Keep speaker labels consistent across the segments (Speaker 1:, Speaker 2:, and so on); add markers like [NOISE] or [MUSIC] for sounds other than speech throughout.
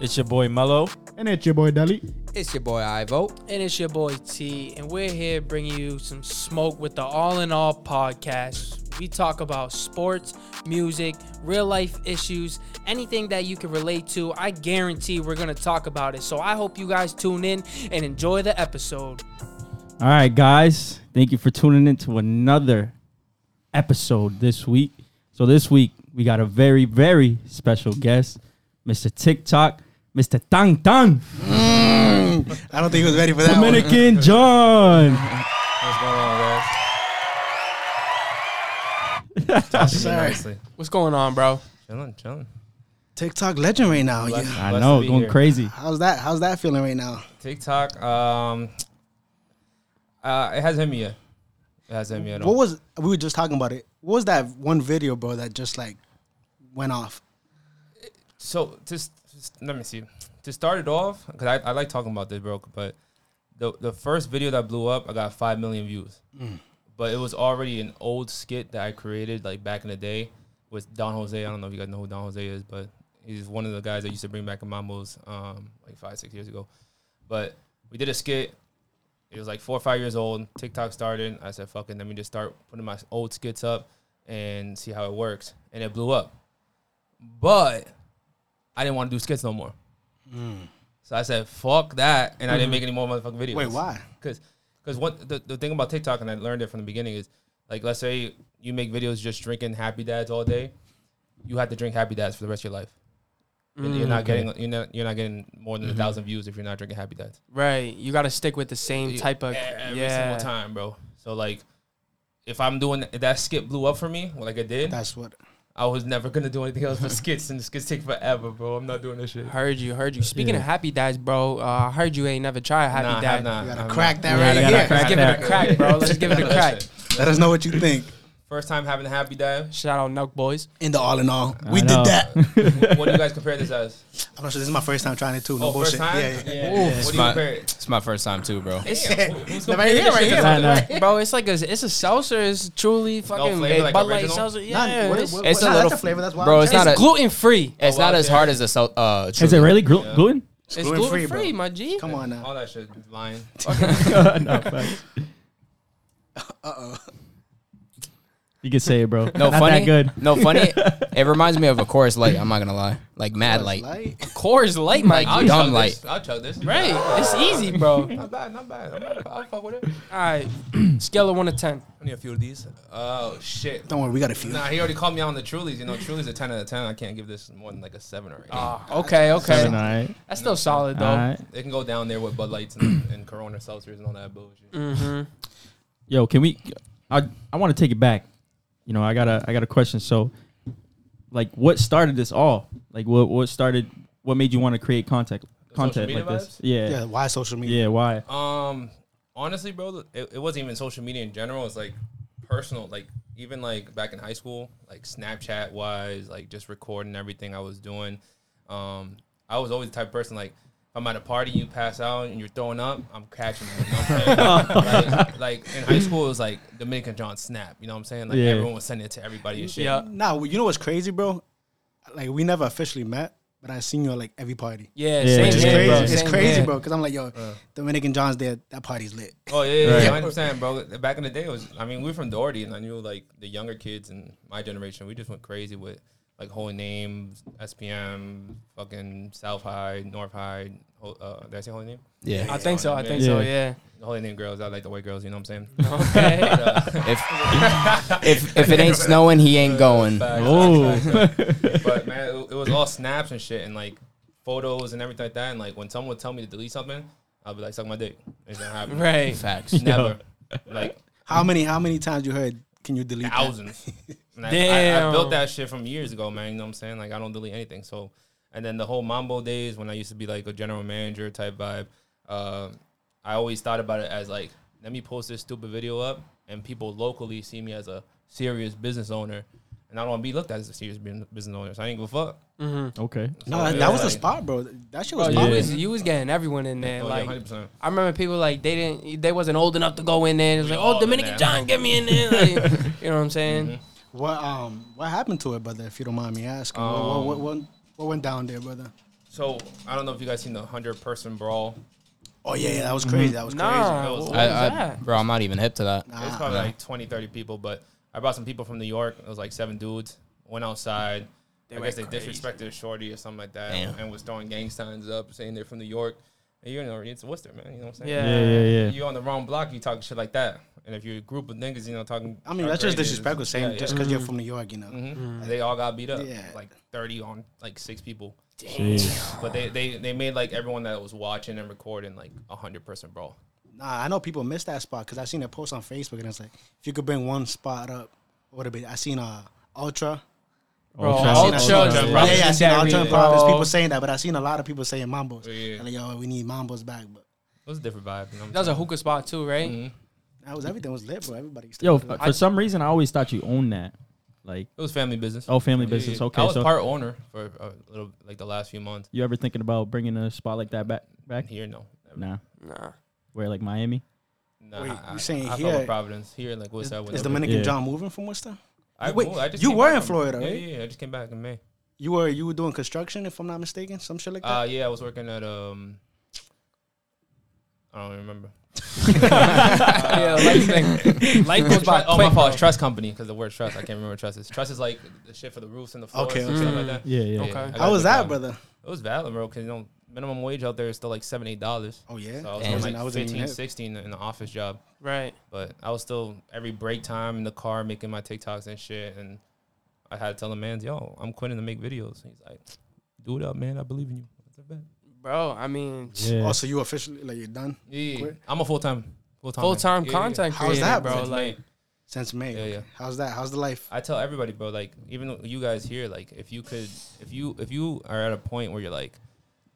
Speaker 1: It's your boy Mello.
Speaker 2: And it's your boy Deli.
Speaker 3: It's your boy Ivo.
Speaker 4: And it's your boy T, and we're here bringing you some smoke with the All in All podcast. We talk about sports, music, real life issues, anything that you can relate to. I guarantee we're going to talk about it. So I hope you guys tune in and enjoy the episode.
Speaker 1: All right, guys. Thank you for tuning in to another episode this week. So this week we got a very, very special guest, Mr. TikTok, Mr. Tang Tang,
Speaker 3: I don't think he was ready for
Speaker 2: [LAUGHS]
Speaker 3: that
Speaker 1: Dominican John.
Speaker 5: What's going on, guys? Sorry.
Speaker 4: What's going on, bro?
Speaker 5: Chilling, chilling.
Speaker 6: TikTok legend right now. Yeah.
Speaker 1: I
Speaker 5: Blessed
Speaker 1: know,
Speaker 5: to be
Speaker 1: going
Speaker 5: here.
Speaker 1: crazy.
Speaker 6: How's that? How's that feeling right now?
Speaker 5: TikTok, um, uh, it hasn't hit me yet. It hasn't hit me yet.
Speaker 6: What was we were just talking about it? What was that one video, bro, that just like went off?
Speaker 5: so just, just let me see. To start it off, because I, I like talking about this, bro. But the the first video that blew up, I got five million views. But it was already an old skit that I created like back in the day with Don Jose. I don't know if you guys know who Don Jose is, but he's one of the guys that used to bring back Mambo's um, like five six years ago. But we did a skit. It was like four or five years old. TikTok started. I said, "Fuck it, let me just start putting my old skits up and see how it works." And it blew up. But I didn't want to do skits no more.
Speaker 6: Hmm.
Speaker 5: So I said, fuck that. And I didn't make any more motherfucking videos.
Speaker 6: Mm-hmm. Wait, why?
Speaker 5: Because because what the, the thing about TikTok, and I learned it from the beginning, is like, let's say you make videos just drinking Happy Dads all day, you have to drink Happy Dads for the rest of your life. And
Speaker 4: Mm,
Speaker 5: you're not getting you're not you're not getting more than
Speaker 4: Mm-hmm.
Speaker 5: a thousand views if you're not drinking Happy Dads
Speaker 4: Right. You got to stick with the same type of.
Speaker 5: e- every
Speaker 4: yeah.
Speaker 5: single time, bro. So like, if I'm doing if that skit blew up for me, well, like it did,
Speaker 6: That's what.
Speaker 5: I was never gonna do anything else but skits, and skits take forever, bro. I'm not doing this shit.
Speaker 4: Heard you, heard you. Speaking of happy dads, bro, uh, I heard you ain't never tried happy
Speaker 5: Nah, I
Speaker 4: dad.
Speaker 5: have not.
Speaker 6: You
Speaker 5: I
Speaker 6: gotta
Speaker 5: have
Speaker 6: crack
Speaker 5: not.
Speaker 6: that
Speaker 1: Yeah,
Speaker 6: right
Speaker 1: you gotta
Speaker 4: Let's
Speaker 6: here.
Speaker 1: crack
Speaker 4: give it a
Speaker 1: that.
Speaker 4: crack, bro. Let's give it [LAUGHS] a crack.
Speaker 6: Let us know what you think.
Speaker 5: First time having a happy day.
Speaker 4: Shout out Nuck Boys.
Speaker 6: In the all in all,
Speaker 1: I
Speaker 6: we
Speaker 1: know.
Speaker 6: did that.
Speaker 5: what do you guys compare this as?
Speaker 6: I'm not sure. This is my first time trying it too. No
Speaker 5: Oh,
Speaker 6: bullshit.
Speaker 5: first time?
Speaker 6: Yeah, yeah.
Speaker 5: What do you
Speaker 3: my-
Speaker 5: compare it?
Speaker 3: It's my first time too, bro.
Speaker 4: It's,
Speaker 5: Damn, who- who's
Speaker 6: Right here, right here.
Speaker 1: Nah, nah.
Speaker 4: bro, it's like a it's a seltzer. It's truly fucking
Speaker 5: flavor,
Speaker 4: a
Speaker 5: like
Speaker 4: Bud Light
Speaker 5: original?
Speaker 4: seltzer.
Speaker 6: Nah,
Speaker 4: Yeah,
Speaker 6: what-
Speaker 4: it's,
Speaker 6: what-
Speaker 3: It's
Speaker 6: what-
Speaker 3: a
Speaker 6: nah,
Speaker 3: little-
Speaker 6: that's flavor. That's why.
Speaker 3: bro, it's not a-
Speaker 4: gluten free.
Speaker 3: It's not
Speaker 5: wow,
Speaker 3: as
Speaker 5: yeah.
Speaker 3: hard as the sel- uh.
Speaker 1: Is it
Speaker 3: Truly.
Speaker 1: really glu- gluten?
Speaker 4: It's
Speaker 6: gluten-free,
Speaker 4: gluten free,
Speaker 6: bro.
Speaker 4: my G.
Speaker 6: Come on now.
Speaker 5: All that shit. is Lying.
Speaker 1: no, [LAUGHS] facts.
Speaker 6: Uh oh.
Speaker 1: You can say it, bro.
Speaker 3: No
Speaker 1: Not
Speaker 3: funny.
Speaker 1: that good.
Speaker 3: No funny. it reminds me of a chorus light. I'm not gonna lie. Like mad light.
Speaker 6: Light.
Speaker 4: Coors Light, my
Speaker 3: Like,
Speaker 4: G.
Speaker 3: dumb
Speaker 5: Chug
Speaker 3: light.
Speaker 5: this. I'll chug this.
Speaker 4: Right, it's easy, bro. All
Speaker 5: Not bad, not bad. I'm not- I'll fuck with it.
Speaker 4: right, [CLEARS THROAT] scale of one to ten.
Speaker 5: I need a few of these. Oh shit.
Speaker 6: Don't worry, we got a few.
Speaker 5: Nah, he already called me out on the Trulies. You know, Trulies a ten out of ten. I can't give this more than like a seven or eight.
Speaker 6: Ah.
Speaker 4: Ah, okay,
Speaker 1: All
Speaker 4: okay,
Speaker 1: right.
Speaker 4: that's still solid
Speaker 1: All
Speaker 4: though.
Speaker 1: right.
Speaker 5: It can go down there with Bud Lights and, and Corona seltzers and all that bullshit.
Speaker 4: Mm-hmm.
Speaker 1: Yo, can we? I I want to take it back. You know, I got a I got a question. So, like, what started this all? Like, what what started? What made you want to create content content
Speaker 5: media
Speaker 1: like this?
Speaker 5: vibes?
Speaker 1: Yeah,
Speaker 6: Yeah.
Speaker 1: yeah,
Speaker 6: Why social media?
Speaker 5: [LAUGHS]
Speaker 1: Why?
Speaker 5: Um, honestly, bro, it, it wasn't even social media in general. It's like personal, like even like back in high school, like Snapchat wise, like just recording everything I was doing. Um, I was always the type of person like. if I'm at a party, you pass out and you're throwing up. I'm catching you. you know what I'm saying? like, like, in high school, it was like Dominican John snap. You know what I'm saying? Like
Speaker 1: Yeah.
Speaker 5: everyone was sending it to everybody and shit.
Speaker 4: Yeah,
Speaker 6: Nah, well, you know what's crazy, bro? Like we never officially met, but I seen you at like every party.
Speaker 4: yeah,
Speaker 1: Yeah.
Speaker 4: same
Speaker 1: Which
Speaker 6: It's
Speaker 1: is
Speaker 4: here,
Speaker 6: crazy.
Speaker 4: bro.
Speaker 6: It's
Speaker 4: Same
Speaker 6: crazy,
Speaker 4: here.
Speaker 6: bro. Because I'm like, yo, Dominican John's there. That party's lit.
Speaker 5: Oh yeah, yeah, yeah,
Speaker 3: Right.
Speaker 5: I understand, bro. Back in the day, it was I mean, we were from Doherty, and I knew like the younger kids and my generation. We just went crazy with like holy names, SPM, fucking South High, North High. Ho- Uh, did I say holy name?
Speaker 3: Yeah.
Speaker 4: I think so. I think so. Yeah.
Speaker 5: The holy name girls. I like the white girls. You know what I'm saying?
Speaker 4: Okay.
Speaker 3: If
Speaker 5: [LAUGHS]
Speaker 3: if if it ain't snowing, he ain't going.
Speaker 5: Facts,
Speaker 1: Oh. [LAUGHS]
Speaker 5: facts, facts, facts. but man, it, it was all snaps and shit, and like photos and everything like that. And like when someone would tell me to delete something, I'll be like, suck my dick. It's not happening.
Speaker 4: Right.
Speaker 3: Facts. [LAUGHS]
Speaker 5: Never. Like
Speaker 6: How many? How many times you heard? Can you delete? that?
Speaker 4: [LAUGHS]
Speaker 5: thousands. And I, I, I
Speaker 4: Damn.
Speaker 5: built that shit from years ago, man. You know what I'm saying? Like I don't delete anything. So, and then the whole Mambo days when I used to be like a general manager type vibe, um, I always thought about it as like, let me post this stupid video up, and people locally see me as a serious business owner, and I don't want to be looked at as a serious bu- business owner. So I ain't give a fuck.
Speaker 1: Okay.
Speaker 5: So,
Speaker 6: No, that,
Speaker 5: yeah,
Speaker 6: that was the
Speaker 5: like-
Speaker 6: spot, bro. That shit
Speaker 4: Bro, you
Speaker 6: was popping.
Speaker 4: was you was getting everyone in there.
Speaker 5: Oh, yeah,
Speaker 4: like
Speaker 5: 100%.
Speaker 4: I remember people like they didn't they wasn't old enough to go in there. Mm-hmm. It was
Speaker 5: We
Speaker 4: like,
Speaker 5: all
Speaker 4: oh
Speaker 5: in
Speaker 4: Dominican
Speaker 5: there.
Speaker 4: John, get me in there. Like, [LAUGHS] you know what I'm saying?
Speaker 6: What um what happened to it, brother? If you don't mind me asking, what, what, what, what, what went down there, brother?
Speaker 5: So I don't know if you guys seen the hundred person brawl.
Speaker 6: Oh yeah, yeah, that was crazy. That was crazy.
Speaker 5: That
Speaker 4: Nah,
Speaker 5: was-
Speaker 4: what was
Speaker 5: I-
Speaker 4: that?
Speaker 3: bro, I'm not even hip to that.
Speaker 6: Ah,
Speaker 5: It was probably like 20, 30 people, but I brought some people from New York. It was like seven dudes. Went outside. I guess they
Speaker 4: went
Speaker 5: disrespected a shorty or something like that,
Speaker 3: Damn.
Speaker 5: and was throwing gang signs up saying they're from New York. And you know, it's Worcester, man. You know what I'm saying?
Speaker 4: Yeah.
Speaker 1: Yeah, yeah, yeah.
Speaker 5: You're on the wrong block. You talking shit like that, and if you're a group of niggas, you know, talking.
Speaker 6: I mean, that's just
Speaker 5: outrageous,
Speaker 6: disrespectful saying
Speaker 5: yeah,
Speaker 6: just
Speaker 5: yeah.
Speaker 6: because you're from New York, you know.
Speaker 4: Mm.
Speaker 5: Mhm. They all got beat up,
Speaker 6: Yeah.
Speaker 5: like thirty on like six people.
Speaker 1: Jeez.
Speaker 5: But they, they they made like everyone that was watching and recording like a hundred percent brawl.
Speaker 6: Nah, I know people miss that spot because I seen a post on Facebook and it's like, if you could bring one spot up, what would it be? I seen uh, Ultra.
Speaker 4: Bro,
Speaker 1: Ultra.
Speaker 4: Ultra,
Speaker 5: Ultra,
Speaker 4: is
Speaker 5: bro.
Speaker 6: yeah, yeah, I seen
Speaker 4: legendary,
Speaker 6: Ultra and Pop.
Speaker 1: Oh.
Speaker 6: There's
Speaker 4: bro.
Speaker 6: people saying that, but I seen a lot of people saying Mambos.
Speaker 5: Yeah.
Speaker 6: And like, yo, we need Mambos back. But
Speaker 5: It was a different vibe. You know what I'm
Speaker 4: That was a
Speaker 5: saying?
Speaker 4: hookah spot too, right?
Speaker 6: that was everything was lit, bro. Everybody. used to
Speaker 1: Yo,
Speaker 6: do that.
Speaker 1: f- for some reason, I always thought you owned that. Like,
Speaker 5: It was family business.
Speaker 1: oh, family
Speaker 5: Yeah,
Speaker 1: business.
Speaker 5: yeah.
Speaker 1: Okay,
Speaker 5: I was
Speaker 1: so
Speaker 5: part owner for a little like the last few months.
Speaker 1: you ever thinking about bringing a spot like that back? Back?
Speaker 5: Here, no. Never.
Speaker 1: Nah.
Speaker 4: Nah.
Speaker 1: Where like Miami?
Speaker 5: Nah,
Speaker 6: Wait,
Speaker 5: I,
Speaker 6: you saying
Speaker 5: I fuck
Speaker 6: here-
Speaker 5: with Providence here? Like, what's
Speaker 6: is,
Speaker 5: that?
Speaker 6: is
Speaker 5: with-
Speaker 6: Dominican
Speaker 1: Yeah.
Speaker 6: John moving from Worcester?
Speaker 5: I,
Speaker 6: wait,
Speaker 5: moved- I just
Speaker 6: you
Speaker 5: came
Speaker 6: were
Speaker 5: back
Speaker 6: in
Speaker 5: from-
Speaker 6: Florida,
Speaker 5: yeah,
Speaker 6: right?
Speaker 5: Yeah, yeah, I just came back in May.
Speaker 6: [LAUGHS] You were you were doing construction, if I'm not mistaken, some shit like that.
Speaker 5: Uh, yeah, I was working at um, I don't remember.
Speaker 6: [LAUGHS]
Speaker 4: yeah, life, life goes by.
Speaker 5: oh
Speaker 4: quick,
Speaker 5: my fault,
Speaker 4: bro.
Speaker 5: it's trust company because the word trust, I can't remember what trust is. Trust is like the shit for the roofs and the floors
Speaker 6: Okay,
Speaker 5: and
Speaker 6: okay.
Speaker 5: stuff like that.
Speaker 1: Yeah, yeah.
Speaker 4: Okay.
Speaker 5: I
Speaker 6: How
Speaker 5: gotta
Speaker 6: was
Speaker 5: put
Speaker 6: that,
Speaker 5: on.
Speaker 6: brother?
Speaker 5: It was valid, bro. Because you know, minimum wage out there is still like seven, eight dollars.
Speaker 6: Oh yeah,
Speaker 5: So I was
Speaker 3: Damn.
Speaker 5: doing
Speaker 6: I
Speaker 5: like
Speaker 6: wasn't even
Speaker 5: 15,
Speaker 6: hip.
Speaker 5: 16 in the office job.
Speaker 4: Right.
Speaker 5: But I was still every break time in the car making my TikToks and shit. And I had to tell the man, yo, I'm quitting to make videos. And he's like, do it up, man. I believe in you. I said, "Bet."
Speaker 4: Bro, I mean,
Speaker 1: Yeah.
Speaker 6: Oh, so you officially like you're done
Speaker 5: Yeah, yeah, yeah.
Speaker 6: Quit?
Speaker 5: I'm a full time. Full time.
Speaker 4: full time content
Speaker 6: How's
Speaker 4: creator,
Speaker 6: that,
Speaker 4: bro.
Speaker 6: bro?
Speaker 4: Like,
Speaker 6: since May.
Speaker 5: Yeah, yeah.
Speaker 6: How's that? How's the life?
Speaker 5: I tell everybody, bro, like even though you guys here, like if you could, if you if you are at a point where you're like,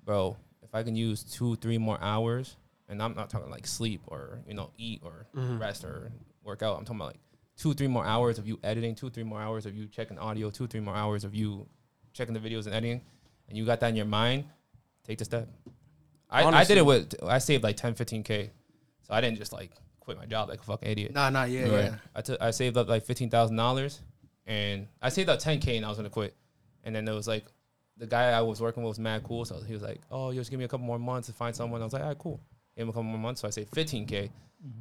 Speaker 5: bro, if I can use two, three more hours, and I'm not talking like sleep or you know eat or rest or work out. I'm talking about like two, three more hours of you editing, two, three more hours of you checking audio, two, three more hours of you checking the videos and editing, and you got that in your mind, take the step. I, I did
Speaker 4: Honestly.
Speaker 5: it with I saved like 10, 15 k, so I didn't just like quit my job like a fucking idiot.
Speaker 6: Nah, nah, yeah,
Speaker 5: Right.
Speaker 6: yeah.
Speaker 5: I took I saved up like fifteen thousand dollars, and I saved up ten k, and I was gonna quit. And then there was like, the guy I was working with was mad cool, so he was like, "Oh, you just give me a couple more months to find someone." I was like, "All right, cool." Give him a couple more months, so I saved fifteen k,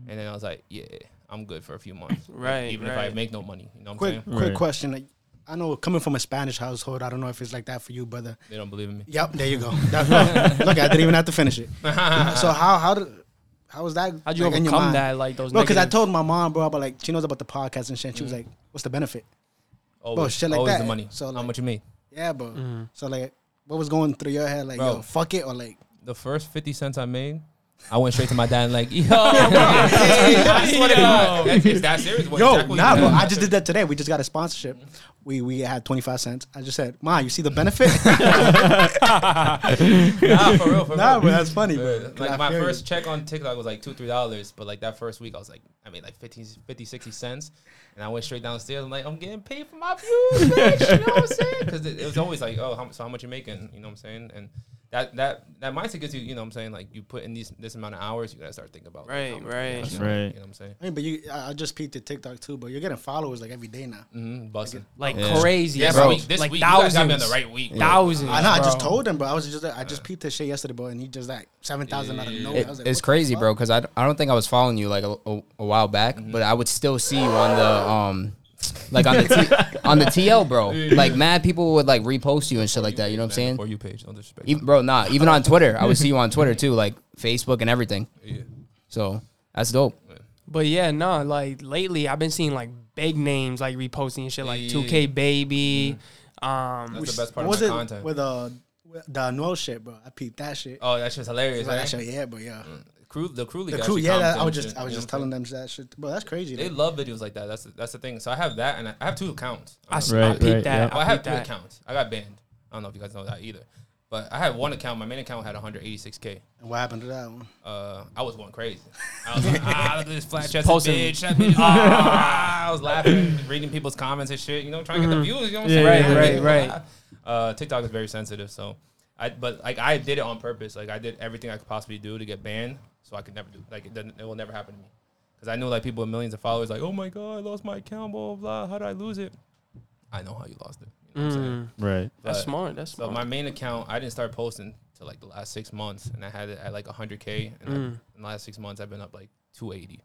Speaker 5: and then I was like, "Yeah, I'm good for a few
Speaker 6: [LAUGHS]
Speaker 5: months, Like,
Speaker 4: Right,
Speaker 5: even if
Speaker 4: right.
Speaker 5: I make no money, you know what
Speaker 6: Quick,
Speaker 5: I'm saying?
Speaker 6: quick
Speaker 1: Right.
Speaker 6: question. Like, I know coming from a Spanish household, I don't know if it's like that for you, brother.
Speaker 5: They don't believe in me.
Speaker 6: Yep, there you go. That- look, I didn't even have to finish it. so how how did how was that?
Speaker 4: how'd you
Speaker 6: like, in your
Speaker 4: overcome
Speaker 6: mind?
Speaker 4: that? Like those.
Speaker 6: Bro, because I
Speaker 4: negative-
Speaker 6: told my mom, bro, about like she knows about the podcast and shit. And she was like, "What's the benefit?"
Speaker 5: Always,
Speaker 6: shit like
Speaker 5: always
Speaker 6: that.
Speaker 5: the money.
Speaker 6: So,
Speaker 5: How
Speaker 6: like-
Speaker 5: much you made?
Speaker 6: Yeah, bro. So like, what was going through your head? Like,
Speaker 5: Bro.
Speaker 6: yo, fuck it, or like,
Speaker 5: The first fifty cents I
Speaker 6: [LAUGHS]
Speaker 5: made. I went straight to my dad and like, yo, I swear to God, That's- it's that serious. What
Speaker 6: yo,
Speaker 5: exactly
Speaker 6: nah,
Speaker 5: you
Speaker 6: bro.
Speaker 5: did.
Speaker 6: I just did that today. We just got a sponsorship. We we had twenty five cents. I just said, "Ma, you see the benefit?"
Speaker 5: nah, for real, for
Speaker 6: [LAUGHS] nah,
Speaker 5: real.
Speaker 6: bro, that's funny,
Speaker 5: Yeah,
Speaker 6: bro.
Speaker 5: like
Speaker 6: I
Speaker 5: my
Speaker 6: feel you.
Speaker 5: first check on TikTok was like two, three dollars, but like that first week I was like, I made like 50, 50 60 cents, and I went straight downstairs. I'm like, I'm getting paid for my views, bitch. You know what I'm saying? Because it, it was always like, oh, how, mu- so how much you making? You know what I'm saying? And that that that mindset gets you, you know what I'm saying? Like you put in these this amount of hours, you gotta start thinking about like,
Speaker 4: Right,
Speaker 5: how much-
Speaker 4: right.
Speaker 5: You know,
Speaker 1: Right.
Speaker 5: You know what I'm saying?
Speaker 6: I mean, but you, I I just peeked at TikTok too, but you're getting followers like every day now.
Speaker 5: Mm-hmm, busting.
Speaker 4: like
Speaker 3: Yeah.
Speaker 4: crazy.
Speaker 5: Yeah,
Speaker 4: bro.
Speaker 5: bro. This
Speaker 4: like
Speaker 5: week
Speaker 4: thousands.
Speaker 5: you guys got me on the right week. bro.
Speaker 4: Thousands.
Speaker 6: I know. I just
Speaker 4: bro.
Speaker 6: told him, bro. I was just, I just peeped his shit yesterday, bro, and he just like seven thousand out of nowhere.
Speaker 3: It-
Speaker 6: I was like,
Speaker 3: it's
Speaker 6: what the
Speaker 3: crazy,
Speaker 6: fuck? Mm-hmm.
Speaker 3: bro, because I, d- I don't think I was following you like a, a, a while back, but I would still see you on the um like on the
Speaker 5: [LAUGHS]
Speaker 3: t- on the TL, bro. Like mad people would like repost you and shit like that. You know what I'm saying?
Speaker 5: For you page, don't disrespect.
Speaker 3: Even, bro, nah. Even on Twitter, I would see you on Twitter too, like Facebook and everything.
Speaker 5: Yeah.
Speaker 3: So that's dope.
Speaker 4: But yeah, no, like lately I've been seeing like big names like reposting shit like
Speaker 5: Yeah. Mm-hmm.
Speaker 4: 2K Baby. Um,
Speaker 5: That's the best part
Speaker 6: What was
Speaker 5: of
Speaker 6: it
Speaker 5: my content.
Speaker 6: with uh with the Noel shit, bro? I peeped that shit.
Speaker 5: oh, that shit's hilarious.
Speaker 6: Like,
Speaker 5: right?
Speaker 6: that shit, yeah, bro, yeah.
Speaker 5: crew, the crew,
Speaker 6: The crew, yeah. That, I was just, I was just telling them that shit, bro. That's crazy.
Speaker 5: They
Speaker 6: though.
Speaker 5: love videos like that. That's the, that's the thing. So I have that, and I, I have two accounts.
Speaker 4: I, s- I
Speaker 1: Right,
Speaker 4: peeped
Speaker 1: right,
Speaker 4: that.
Speaker 1: yeah.
Speaker 5: well,
Speaker 4: I
Speaker 5: I have
Speaker 4: peeped
Speaker 5: two
Speaker 4: that.
Speaker 5: accounts. I got banned. I don't know if you guys know that either, but I had one account. My main account had 186k.
Speaker 6: And what happened to that one?
Speaker 5: Uh, I was going crazy. I was like, ah, look at this flat chested
Speaker 4: posting.
Speaker 5: bitch. That
Speaker 4: [LAUGHS]
Speaker 5: bitch ah. I was laughing, reading people's comments and shit. You know, trying to get the views. You know what I'm
Speaker 1: Yeah,
Speaker 5: saying?
Speaker 1: yeah,
Speaker 4: Right, Mm-hmm. yeah. right, right.
Speaker 5: [LAUGHS] Uh, TikTok is very sensitive, so I but like I did it on purpose. Like I did everything I could possibly do to get banned, so I could never do like it. Doesn't, it will never happen to me because I knew like people with millions of followers like, oh my god, I lost my account, blah blah. blah. How did I lose it? I know how you lost it. You know You know what I'm saying?
Speaker 1: Right.
Speaker 4: Mm, That's
Speaker 5: But-
Speaker 4: smart. That's
Speaker 5: So
Speaker 4: smart.
Speaker 5: my main account, I didn't start posting till like the last six months, and I had it at like 100k. And I,
Speaker 4: Mm.
Speaker 5: in the last six months, I've been up like 280.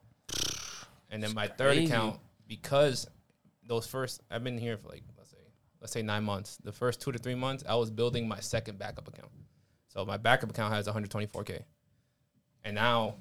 Speaker 5: And then my third
Speaker 4: crazy.
Speaker 5: account, because those first, I've been here for like let's say let's say nine months. The first two to three months, I was building my second backup account. So my backup account has 124k. And now,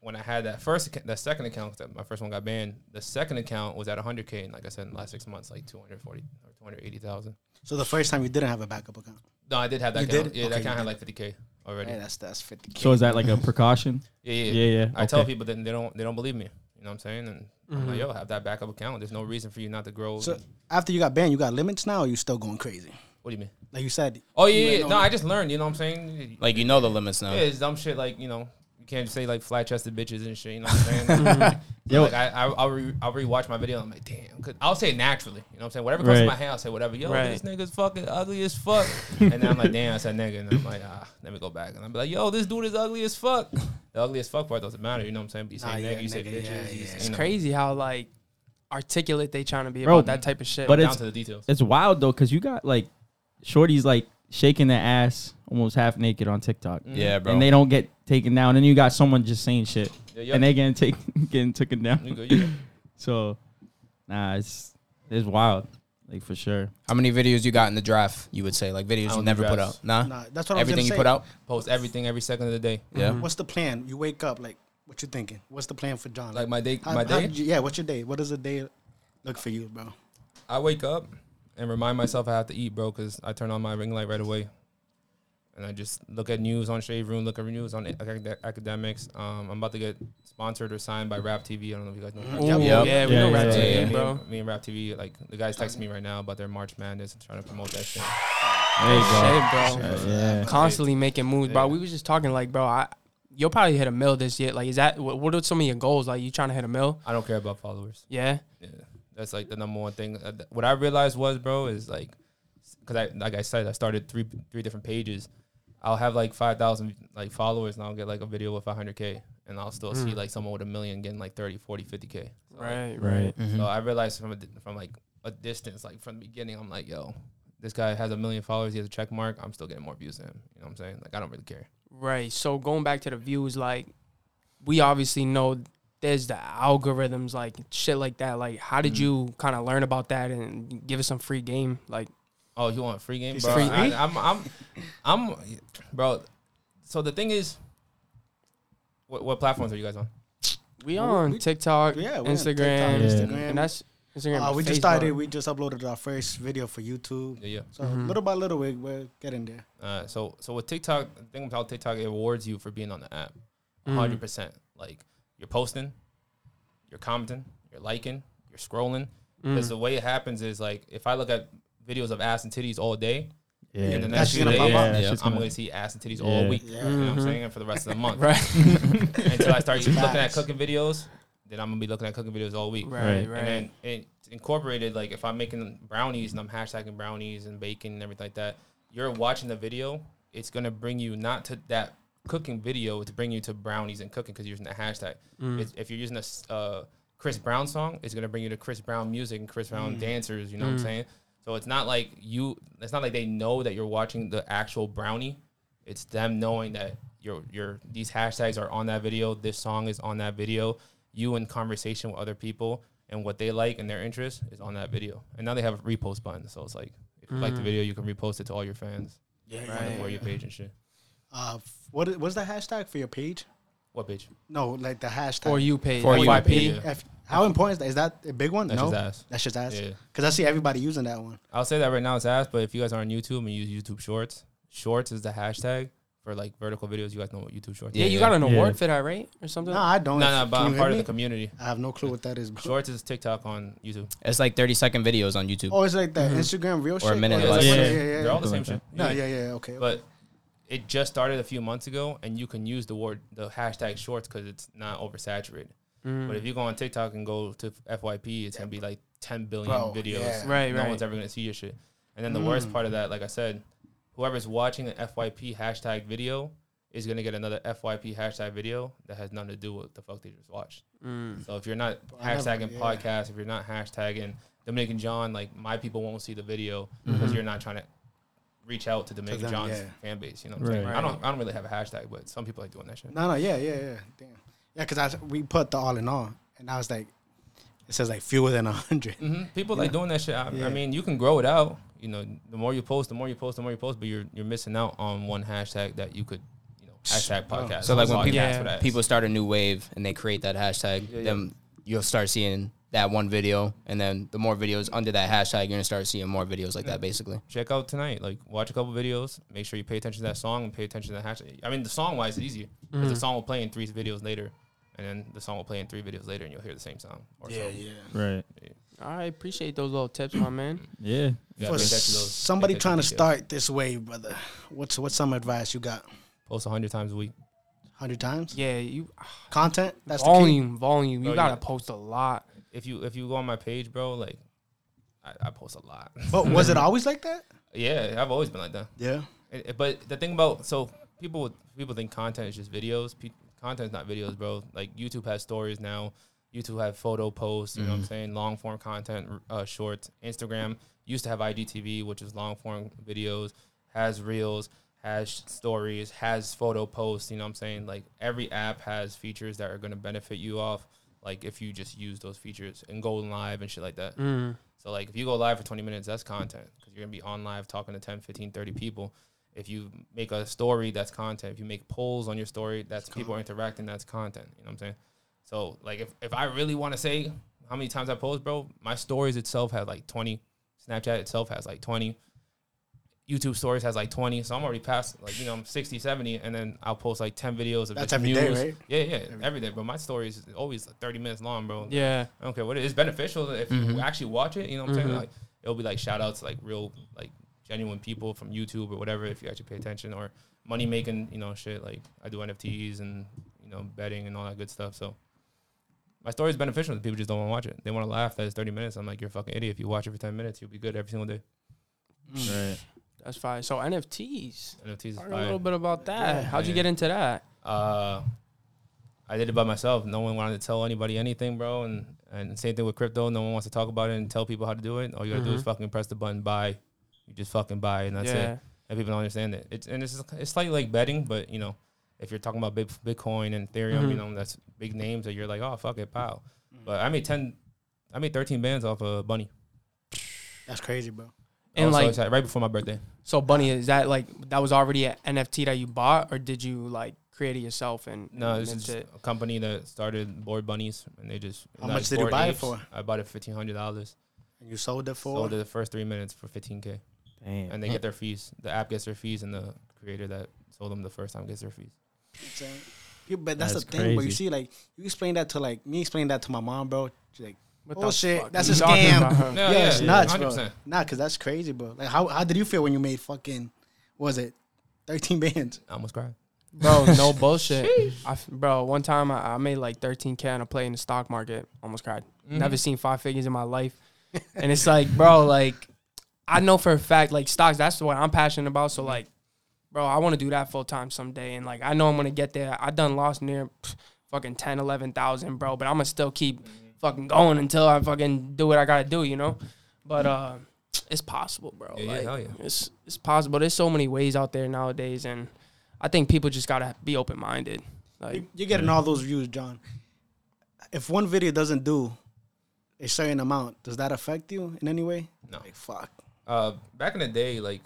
Speaker 5: when I had that first, acc- that second account, 'cause my first one got banned. The second account was at 100k, and like I said, in the last six months, like 240 or 280,000.
Speaker 6: So the first time you didn't have a backup account.
Speaker 5: No, I did have that.
Speaker 6: You
Speaker 5: account.
Speaker 6: did?
Speaker 5: Yeah, that
Speaker 6: Okay,
Speaker 5: account
Speaker 6: you
Speaker 5: had like 50k already.
Speaker 6: Hey,
Speaker 5: Yeah,
Speaker 6: that's that's fifty.
Speaker 1: So is that
Speaker 5: [LAUGHS]
Speaker 1: like a precaution?
Speaker 5: yeah, yeah.
Speaker 1: Yeah, yeah,
Speaker 5: I tell
Speaker 1: okay.
Speaker 5: people that they don't they don't believe me. You know what I'm saying? And I'm like, yo, have that backup account. There's no reason for you not to grow.
Speaker 6: Mm-hmm. So after you got banned, you got limits now. or You still going crazy?
Speaker 5: what do you mean?
Speaker 6: Like you said,
Speaker 5: Oh yeah, yeah, yeah. No, I just learned. You know what I'm saying?
Speaker 3: Like you know the limits now.
Speaker 5: Yeah, it's dumb shit. Like you know, you can't say like flat chested bitches and shit. You know what
Speaker 1: [LAUGHS]
Speaker 5: I'm saying?
Speaker 1: Mm-hmm. Yo.
Speaker 5: Yo, like I, I I'll, re- I'll rewatch my video. I'm like, damn. Cause I'll say it naturally. You know what I'm saying? Whatever comes
Speaker 1: Right.
Speaker 5: to my head, I'll say whatever. Yo,
Speaker 4: Right.
Speaker 5: this nigga's fucking ugly as fuck. and then I'm like, damn, I said nigga. And I'm like, ah, let me go back. And I'm like, yo, this dude is ugly as fuck. The ugly as fuck part doesn't matter. You know what I'm saying? But you say
Speaker 6: Nah,
Speaker 5: nigga,
Speaker 6: yeah,
Speaker 5: you say
Speaker 6: nigga,
Speaker 5: bitches.
Speaker 6: yeah,
Speaker 5: you
Speaker 6: yeah.
Speaker 5: say,
Speaker 6: It's
Speaker 5: you know,
Speaker 4: crazy how like articulate they trying to be
Speaker 1: Bro,
Speaker 4: about that type of shit.
Speaker 1: but
Speaker 5: down
Speaker 1: it's-
Speaker 5: to the details.
Speaker 1: It's wild though, cause you got like shorties like shaking their ass almost half naked on TikTok.
Speaker 3: Yeah, bro.
Speaker 1: And they don't get taken down. And you got someone just saying shit.
Speaker 5: Yeah, yeah.
Speaker 1: And they getting taken [LAUGHS] getting taken
Speaker 5: You
Speaker 1: down.
Speaker 5: go, yeah.
Speaker 1: So nah, it's it's wild. Like for sure.
Speaker 3: How many videos you got in the draft? You would say like
Speaker 5: I
Speaker 3: videos you
Speaker 5: don't
Speaker 3: never
Speaker 5: do
Speaker 3: put
Speaker 5: drafts.
Speaker 3: out. Nah,
Speaker 6: nah, that's what I was
Speaker 3: everything
Speaker 6: gonna
Speaker 3: you
Speaker 6: say.
Speaker 3: put out.
Speaker 5: Post everything every second of the day.
Speaker 3: Yeah.
Speaker 6: What's the plan? You wake up like what you thinking? What's the plan for John?
Speaker 5: Like my day,
Speaker 6: How-
Speaker 5: my
Speaker 6: how
Speaker 5: day.
Speaker 6: did you- yeah, what's your day? What does a day look for you, bro?
Speaker 5: I wake up and remind myself I have to eat, bro, because I turn on my ring light right away. And I just look at news on Shave Room, look at news on acad- academics. Um, I'm about to get sponsored or signed by Rap TV. I don't know if you guys know. Rap
Speaker 4: Ooh,
Speaker 5: TV.
Speaker 3: Yep.
Speaker 4: Yeah, we
Speaker 1: Yeah,
Speaker 4: know
Speaker 1: yeah,
Speaker 4: Rap
Speaker 1: yeah,
Speaker 4: TV,
Speaker 5: Me and-
Speaker 4: bro.
Speaker 5: Me and Rap TV, like the guys texting me right now about their March Madness and trying to promote that shit.
Speaker 1: There you go.
Speaker 4: Shit, bro.
Speaker 1: Yeah.
Speaker 4: Constantly making moves, bro. We was just talking like, bro, I you'll probably hit a mill this year. Like, is that what, what are some of your goals? Like, you trying to hit a mill?
Speaker 5: I don't care about followers.
Speaker 4: Yeah.
Speaker 5: Yeah, that's like the number one thing. Uh, th- What I realized was, bro, is like, because I like I said, I started three three different pages. I'll have like five thousand like followers, and I'll get like a video with hundred k, and I'll still see like someone with a million getting like 30, 40, 50 k.
Speaker 4: Right.
Speaker 1: Right.
Speaker 5: So I realized from a, di- from like a distance, like from the beginning, I'm like, yo, this guy has a million followers. He has a check mark. I'm still getting more views than him. You know what I'm saying? Like I don't really care.
Speaker 4: Right. So going back to the views, like we obviously know there's the algorithms, like shit like that. Like, how
Speaker 6: Mm.
Speaker 4: did you kind of learn about that and give us some free game? Like,
Speaker 5: Oh, you want a free game,
Speaker 6: He's
Speaker 5: bro?
Speaker 4: free.
Speaker 5: I, I'm, I'm, I'm, bro. So the thing is, what, what platforms are you guys on?
Speaker 4: we
Speaker 6: Well,
Speaker 4: on
Speaker 6: we-
Speaker 4: TikTok,
Speaker 6: Yeah, we're on
Speaker 4: Instagram,
Speaker 1: TikTok,
Speaker 4: Instagram,
Speaker 6: Instagram.
Speaker 4: and that's Instagram.
Speaker 6: Uh,
Speaker 4: and
Speaker 6: we just
Speaker 4: Facebook. Mm-hmm.
Speaker 6: started. We just uploaded our first video for YouTube.
Speaker 5: Yeah, yeah.
Speaker 6: So little by little, we, we're getting there.
Speaker 5: Uh, so so with TikTok, the thing about TikTok, it rewards you for being on the app, hundred percent. Like you're posting, you're commenting, you're liking, you're scrolling. Because the way it happens is like if I look at videos of ass and titties all day,
Speaker 1: Yeah.
Speaker 5: in
Speaker 1: That
Speaker 5: the next
Speaker 6: shit's
Speaker 5: few
Speaker 6: gonna
Speaker 5: days,
Speaker 6: pop up.
Speaker 1: Yeah, that shit's
Speaker 5: I'm
Speaker 1: gonna-
Speaker 5: gonna see ass and titties
Speaker 1: Yeah.
Speaker 5: all week.
Speaker 6: Yeah.
Speaker 5: You know what I'm saying? And for the rest of the month,
Speaker 4: Right.
Speaker 5: until I start looking at
Speaker 6: Facts.
Speaker 5: cooking videos, then I'm gonna be looking at cooking videos all week.
Speaker 4: Right. Right.
Speaker 1: Right.
Speaker 5: And then it incorporated, like if I'm making brownies and I'm hashtagging brownies and bacon and everything like that, you're watching the video, it's gonna bring you not to that cooking video, to bring you to brownies and cooking because you're using the hashtag.
Speaker 1: Mm.
Speaker 5: It's, if you're using a s- uh, Chris Brown song, it's gonna bring you to Chris Brown music and Chris Brown dancers, you know what I'm
Speaker 1: Mm.
Speaker 5: saying? So it's not like you, it's not like they know that you're watching the actual brownie. It's them knowing that your your these hashtags are on that video, this song is on that video, you in conversation with other people and what they like and their interest is on that video. And now they have a repost button, so it's like if you like the video, you can repost it to all your fans
Speaker 6: Yeah.
Speaker 5: on the- or your page and shit.
Speaker 6: Uh, f- what i- what's the hashtag for your page?
Speaker 5: What page?
Speaker 6: No, like the hashtag
Speaker 4: For you page. Oh,
Speaker 5: For you
Speaker 4: FYP.
Speaker 5: page. Yeah.
Speaker 6: F- how important is that? Is that a big one?
Speaker 5: That's
Speaker 6: no,
Speaker 5: just ass.
Speaker 6: that's just ass.
Speaker 5: Yeah.
Speaker 6: Because I see everybody using that one.
Speaker 5: I'll say that right now it's ass, but if you guys are on YouTube and you use YouTube Shorts, Shorts is the hashtag for like vertical videos. You guys know what YouTube Shorts.
Speaker 4: Yeah,
Speaker 5: is.
Speaker 4: you got an
Speaker 1: Yeah.
Speaker 4: award for that, right? Or something?
Speaker 6: No, I don't.
Speaker 5: No, no, but
Speaker 6: Can you
Speaker 5: I'm
Speaker 6: hit
Speaker 5: part of
Speaker 6: me?
Speaker 5: the community.
Speaker 6: I have no clue what that is, bro.
Speaker 5: Shorts is TikTok on YouTube.
Speaker 3: It's like 30 second videos on YouTube.
Speaker 6: Oh, it's like that
Speaker 4: Mm-hmm.
Speaker 6: Instagram real shit.
Speaker 3: a minute,
Speaker 6: Oh,
Speaker 5: like-
Speaker 6: yeah,
Speaker 1: Yeah.
Speaker 6: yeah, yeah.
Speaker 5: They're all the same
Speaker 1: Something
Speaker 5: shit.
Speaker 1: like
Speaker 6: No, yeah, yeah. Okay.
Speaker 5: but it just started a few months ago, and you can use the word the hashtag shorts because it's not oversaturated.
Speaker 4: Mm.
Speaker 5: But if you go on TikTok and go to FYP, it's gonna be like 10 billion
Speaker 6: Bro,
Speaker 5: videos.
Speaker 6: yeah. Mm.
Speaker 4: Right,
Speaker 5: No
Speaker 4: right.
Speaker 5: one's ever gonna see your shit. And then the worst part of that, like I said, whoever's watching an FYP hashtag video is gonna get another FYP hashtag video that has nothing to
Speaker 4: Mm.
Speaker 5: do with the fuck they just watched. So if you're not
Speaker 6: I never-
Speaker 5: hashtagging
Speaker 6: yeah.
Speaker 5: podcasts, if you're not hashtagging the Dominican John, like my people won't see the video
Speaker 4: Mm-hmm.
Speaker 5: because you're not trying to reach out to Dominican
Speaker 6: them,
Speaker 5: John's
Speaker 6: yeah.
Speaker 5: fan base. You know what I'm saying?
Speaker 1: Right.
Speaker 5: I don't I don't really have a hashtag, but some people like doing that shit.
Speaker 6: No, no, yeah, yeah, yeah. Damn. Yeah, because we put the all in all, and I was like, it says like fewer than 100.
Speaker 4: Mm-hmm.
Speaker 5: hmm People like doing that shit. I,
Speaker 6: Yeah.
Speaker 5: I mean, you can grow it out. You know, the more you post, the more you post, the more you post, but you're you're missing out on one hashtag that you could, you know, hashtag
Speaker 6: bro.
Speaker 5: podcast.
Speaker 3: So like when
Speaker 5: podcast
Speaker 3: people
Speaker 5: for that.
Speaker 3: people start a new wave and they create that hashtag,
Speaker 5: yeah.
Speaker 3: then you'll start seeing that one video, and then the more videos under that hashtag, you're gonna start seeing more videos like that. Basically,
Speaker 5: check out tonight. Like watch a couple videos. Make sure you pay attention to that song and pay attention to the hashtag. I mean, the song wise, it's easier because
Speaker 3: Mm-hmm.
Speaker 5: the song will play in three videos later, and then the song will play in three videos later, and you'll hear the same song. Or
Speaker 6: Yeah,
Speaker 5: something.
Speaker 6: yeah.
Speaker 1: Right.
Speaker 4: I appreciate those little tips, my man.
Speaker 1: Yeah.
Speaker 5: You
Speaker 6: For
Speaker 5: gotta pay attention to those-
Speaker 6: somebody
Speaker 5: pay attention
Speaker 6: trying to
Speaker 5: details.
Speaker 6: start this way, brother, what's what's some advice you got?
Speaker 5: post hundred times a week.
Speaker 6: 100 times?
Speaker 4: Yeah, you
Speaker 6: Content? That's the key.
Speaker 4: volume, volume. You
Speaker 5: Bro,
Speaker 4: gotta
Speaker 5: Oh, yeah.
Speaker 4: post a lot.
Speaker 5: If you if you go on my page, bro, like I, I post a lot. [LAUGHS]
Speaker 6: But
Speaker 4: [LAUGHS]
Speaker 6: was it always like that?
Speaker 5: yeah, I've always been like that.
Speaker 6: Yeah.
Speaker 5: It- it- but the thing about so people people think content is just videos. Pe- content's not videos, bro. Like YouTube has stories now. YouTube have photo posts. You know what I'm saying? Long form content, r- uh, shorts. Instagram used to have IGTV, which is long form videos. Has reels. Has stories. Has photo posts. You know what I'm saying? Like every app has features that are going to benefit you off. Like if you just use those features and go live and shit like that. So like if you go live for 20 minutes, that's content because you're going to be on live talking to 10, 15, 30 people. If you make a story, that's content. If you make polls on your story, that's people interacting, that's content. You know what I'm saying? So like if, if I really want to say how many times I post, bro, my stories itself has like 20. Snapchat itself has like 20. YouTube stories has like 20. So I'm already past like, you know, I'm 60, 70. And then I'll post like 10 videos of
Speaker 6: That's
Speaker 5: just
Speaker 6: every day,
Speaker 5: news.
Speaker 6: right?
Speaker 5: Yeah, yeah, every day. But my stories is always 30 minutes long, bro.
Speaker 4: Yeah,
Speaker 5: I don't care what it is. Beneficial if you actually watch it. You know what I'm saying? Like it'll be like shout outs, like real, like genuine people from YouTube or whatever. If you actually pay attention or money making, you know, shit. Like I do NFTs and you know betting and all that good stuff. So my story is beneficial. People just don't want to watch it. They want to laugh that it's 30 minutes. I'm like, you're a fucking idiot. If you watch it for 10 minutes, you'll be good every single day.
Speaker 1: Right.
Speaker 4: that's fine. So NFTs.
Speaker 5: NFTs is
Speaker 4: Talk a little
Speaker 5: fire.
Speaker 4: bit about that.
Speaker 6: Yeah,
Speaker 4: How'd you
Speaker 5: man.
Speaker 4: get into that?
Speaker 5: Uh, I did it by myself. No one wanted to tell anybody anything, bro. And and same thing with crypto. No one wants to talk about it and tell people how to do it. All you gotta do is
Speaker 6: Mm-hmm.
Speaker 4: Mhm.
Speaker 5: fucking press the button buy. You just fucking buy, and that's
Speaker 4: yeah.
Speaker 5: it. And people don't understand it. It's and it's it's slightly like betting, but you know, if you're talking about big Bitcoin and Ethereum, you
Speaker 6: Mm-hmm.
Speaker 4: Mhm.
Speaker 5: know, that's big names that you're like, oh fuck it, pow. But I made ten, I made thirteen bands off of Bunny.
Speaker 6: That's crazy, bro.
Speaker 5: I
Speaker 4: And
Speaker 5: was so
Speaker 4: like-
Speaker 5: excited, right before my birthday.
Speaker 4: So Bunny, is that like that was already an NFT that you bought, or did you like create it yourself? And
Speaker 5: No,
Speaker 4: and
Speaker 5: this
Speaker 4: that's
Speaker 5: is
Speaker 4: it.
Speaker 5: a company that started board bunnies, and they just
Speaker 6: How
Speaker 5: like
Speaker 6: much did you
Speaker 5: Bored
Speaker 6: buy it
Speaker 5: Apes.
Speaker 6: for?
Speaker 5: I bought it fifteen hundred dollars.
Speaker 6: And you sold it for?
Speaker 5: Sold it the first three minutes for 15k,
Speaker 1: Damn.
Speaker 5: and they get their fees. The app gets their fees, and the creator that sold them the first time gets their fees.
Speaker 6: You know what I'm saying? Yeah, but that's,
Speaker 1: That's
Speaker 6: the thing. But you
Speaker 1: crazy.
Speaker 6: see, like you explain that to like me, explain that to my mom, bro. She's like,
Speaker 4: What the
Speaker 6: bullshit.
Speaker 4: fuck
Speaker 6: that's
Speaker 4: you
Speaker 6: a
Speaker 4: talking
Speaker 6: scam.
Speaker 4: about?
Speaker 6: [LAUGHS] Yeah, it's
Speaker 5: yeah,
Speaker 6: nuts,
Speaker 5: 100%.
Speaker 6: bro. Nah, cause that's crazy, bro. Like, how how did you feel when you made fucking, what was it, thirteen bands?
Speaker 5: I almost cried. [LAUGHS]
Speaker 4: bro. No bullshit. I f bro, one time I, I made like 13k on a play in the stock market. Almost cried.
Speaker 5: Mm-hmm.
Speaker 4: Never seen five figures in my life, and it's like, bro, like I know for a fact, like stocks. That's what I'm passionate about. So like, bro, I want to do that full time someday, and like I know I'm gonna get there. I done lost near pff, fucking 10, 11,000, bro, but I'm gonna still keep
Speaker 5: Mm-hmm.
Speaker 4: fucking going until I fucking do what I gotta do, you know. But uh, it's possible, bro.
Speaker 5: Yeah, yeah,
Speaker 4: like,
Speaker 5: hell yeah.
Speaker 4: It's it's possible. There's so many ways out there nowadays, and I think people just gotta be open minded. Like,
Speaker 6: You, you're getting all those views, John. If one video doesn't do a certain amount, does that affect you in any way?
Speaker 5: No.
Speaker 6: Like, fuck.
Speaker 5: Uh, back in the day, like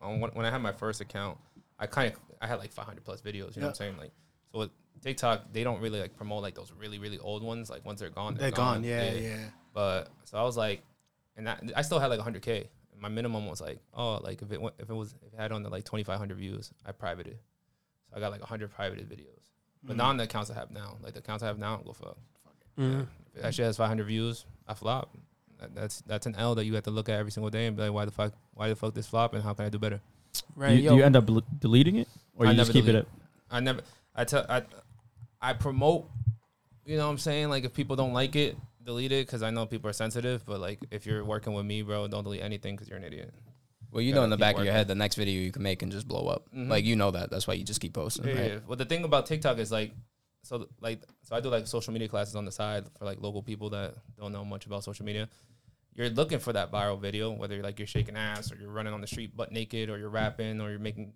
Speaker 5: on, when- when I had my first account, I kind of I had like 500 plus videos. You know what
Speaker 6: Yeah.
Speaker 5: I'm saying? Like, so with TikTok, they don't really like promote like those really really old ones. Like once they're gone, they're,
Speaker 6: They're gone. Yeah, yeah.
Speaker 5: But so I was like, and I, I still had like 100k. My minimum was like, oh, like if it went, if it was if it had on the like 2500 views, I privated. So I got like 100 privated videos. But not on the accounts I have now. Like the accounts I have now, go fuck.
Speaker 1: Mm-hmm.
Speaker 5: Yeah. If that shit has 500 views, I flop. That- That's that's an L that you have to look at every single day and be like, why the fuck, why the fuck this flop, and how can I do better?
Speaker 4: right?
Speaker 1: you,
Speaker 4: yo,
Speaker 1: do you end up l- deleting it, or
Speaker 5: I
Speaker 1: you just
Speaker 5: never
Speaker 1: keep it
Speaker 5: delete
Speaker 1: up?
Speaker 5: I never, I tell, I, I promote. You know what I'm saying? Like if people don't like it, delete it because I know people are sensitive. But like if you're working with me, bro, don't delete anything because you're an idiot.
Speaker 3: well, you
Speaker 5: Gotta
Speaker 3: know in the
Speaker 5: keep
Speaker 3: back of your
Speaker 5: working. Mm-hmm.
Speaker 3: head, the next video you can make and just blow up. Like you know that. That's why you just keep posting.
Speaker 5: Yeah,
Speaker 3: right?
Speaker 5: yeah. Well, the thing about TikTok is like, so like, so I do like social media classes on the side for like local people that don't know much about social media. you're looking for that viral video, whether like you're shaking ass or you're running on the street butt naked or you're rapping or you're making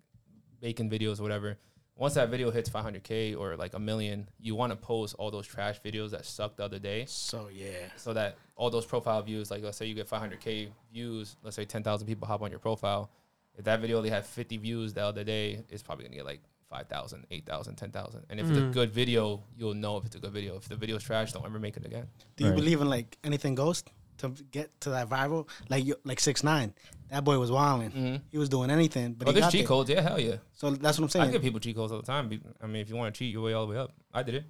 Speaker 5: bacon videos, whatever. Once that video hits 500k or like a million, you want to post all those trash videos that sucked the other day,
Speaker 6: So yeah.
Speaker 5: so that all those profile views, like let's say you get 500k views, let's say 10,000 people hop on your profile. If that video only had 50 views the other day, it's probably gonna get like 5,000, 8,000, 10,000. And if it's a
Speaker 6: Mm.
Speaker 5: good video, you'll know if it's a good video. If the video's trash, don't ever make it again.
Speaker 6: Do you
Speaker 1: Right.
Speaker 6: believe in like anything ghost to get to that viral? Like you, like six nine, that boy was wilding. He was doing anything, but
Speaker 5: Mm. Oh,
Speaker 6: he
Speaker 5: there's
Speaker 6: got
Speaker 5: cheat
Speaker 6: there.
Speaker 5: codes. Yeah, hell yeah.
Speaker 6: So that's what I'm
Speaker 5: I
Speaker 6: saying.
Speaker 5: give people cheat codes all the time. Be- I mean, if you want to cheat your way all the way up, I did it.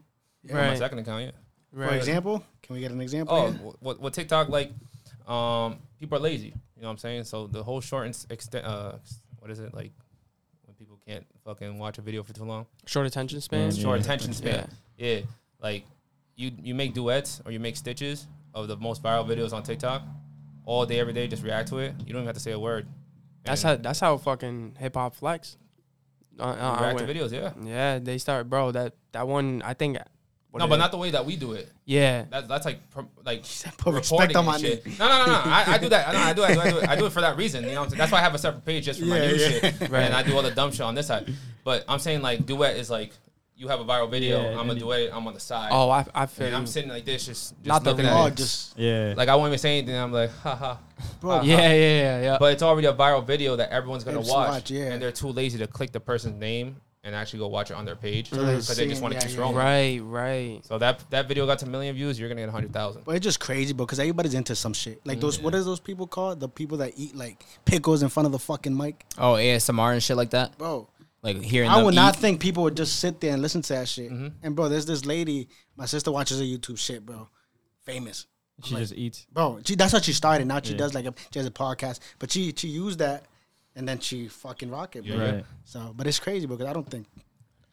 Speaker 5: On my
Speaker 4: Right.
Speaker 5: second account, yeah.
Speaker 4: right.
Speaker 6: For example, can we get an example?
Speaker 5: Oh,
Speaker 6: here? [LAUGHS]
Speaker 5: what what TikTok like? Um, people are lazy. You know what I'm saying? So the whole short and extent. Uh, what is it like? When people can't fucking watch a video for too long,
Speaker 4: Short attention span.
Speaker 5: short attention span. Yeah. like you you make duets or you make stitches of the most viral videos on TikTok all day every day. Just react to it. You don't even have to say a word.
Speaker 4: That's how
Speaker 5: And
Speaker 4: that's how fucking hip hop flex. Uh, uh, I
Speaker 5: react to
Speaker 4: went-
Speaker 5: videos. Yeah.
Speaker 4: yeah, they start, bro. That that one, I think. what
Speaker 5: no,
Speaker 4: it
Speaker 5: but
Speaker 4: is-
Speaker 5: not the way that we do it.
Speaker 4: Yeah,
Speaker 5: That, that's like prom- like
Speaker 6: "Put respect
Speaker 5: reporting
Speaker 6: on my
Speaker 5: and shit. No, no, no, no. I, I do that. I, I, do, I do. I do. it- I do it for that reason. You know, what I'm saying? that's why I have a separate page just for my
Speaker 6: Yeah,
Speaker 5: new
Speaker 6: yeah. [LAUGHS]
Speaker 5: shit,
Speaker 4: Right.
Speaker 5: and I do all the dumb shit on this side. But I'm saying like duet is like you have a viral video.
Speaker 1: Yeah,
Speaker 5: I'm a
Speaker 1: and you-
Speaker 5: duet. I'm on the side.
Speaker 4: Oh, I I feel.
Speaker 5: and I'm
Speaker 4: you.
Speaker 5: sitting like this, just, just
Speaker 4: Not the
Speaker 5: looking
Speaker 6: Oh,
Speaker 5: at it.
Speaker 6: just
Speaker 1: Yeah.
Speaker 5: Like I won't even say anything. I'm like, haha.
Speaker 6: bro.
Speaker 4: yeah, yeah, yeah, yeah.
Speaker 5: But it's already a viral video that everyone's gonna
Speaker 6: It's
Speaker 5: watch,
Speaker 6: watch, yeah.
Speaker 5: and they're too lazy to click the person's name and actually go watch it on their page
Speaker 6: they're
Speaker 5: because they just
Speaker 6: seeing-
Speaker 5: want to
Speaker 6: yeah,
Speaker 5: keep
Speaker 6: yeah,
Speaker 5: scrolling.
Speaker 4: right, right.
Speaker 5: So that that video got to a million views. You're gonna get a hundred thousand.
Speaker 6: But it's just crazy, bro, because everybody's into some shit. Like those, what are those people called? The people that eat like pickles in front of the fucking mic,
Speaker 3: Oh, ASMR and shit like that.
Speaker 6: bro.
Speaker 3: Like hearing.
Speaker 6: I
Speaker 3: them
Speaker 6: would not
Speaker 3: eat.
Speaker 6: think people would just sit there and listen to that shit. And bro, there's this lady. My sister watches her YouTube shit, bro. Famous,
Speaker 1: She just eats.
Speaker 6: bro. She, that's how she started. Now she does like a, she has a podcast, but she she used that, and then she fucking rock it, bro.
Speaker 5: Yeah.
Speaker 1: Right.
Speaker 6: So, but it's crazy because I don't think,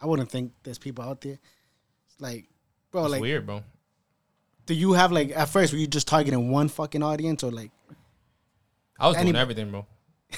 Speaker 6: I wouldn't think there's people out there, It's like, bro,
Speaker 5: It's
Speaker 6: like,
Speaker 5: weird, bro.
Speaker 6: do you have like at first were you just targeting one fucking audience or like
Speaker 5: I was
Speaker 6: Any-
Speaker 5: doing everything, bro.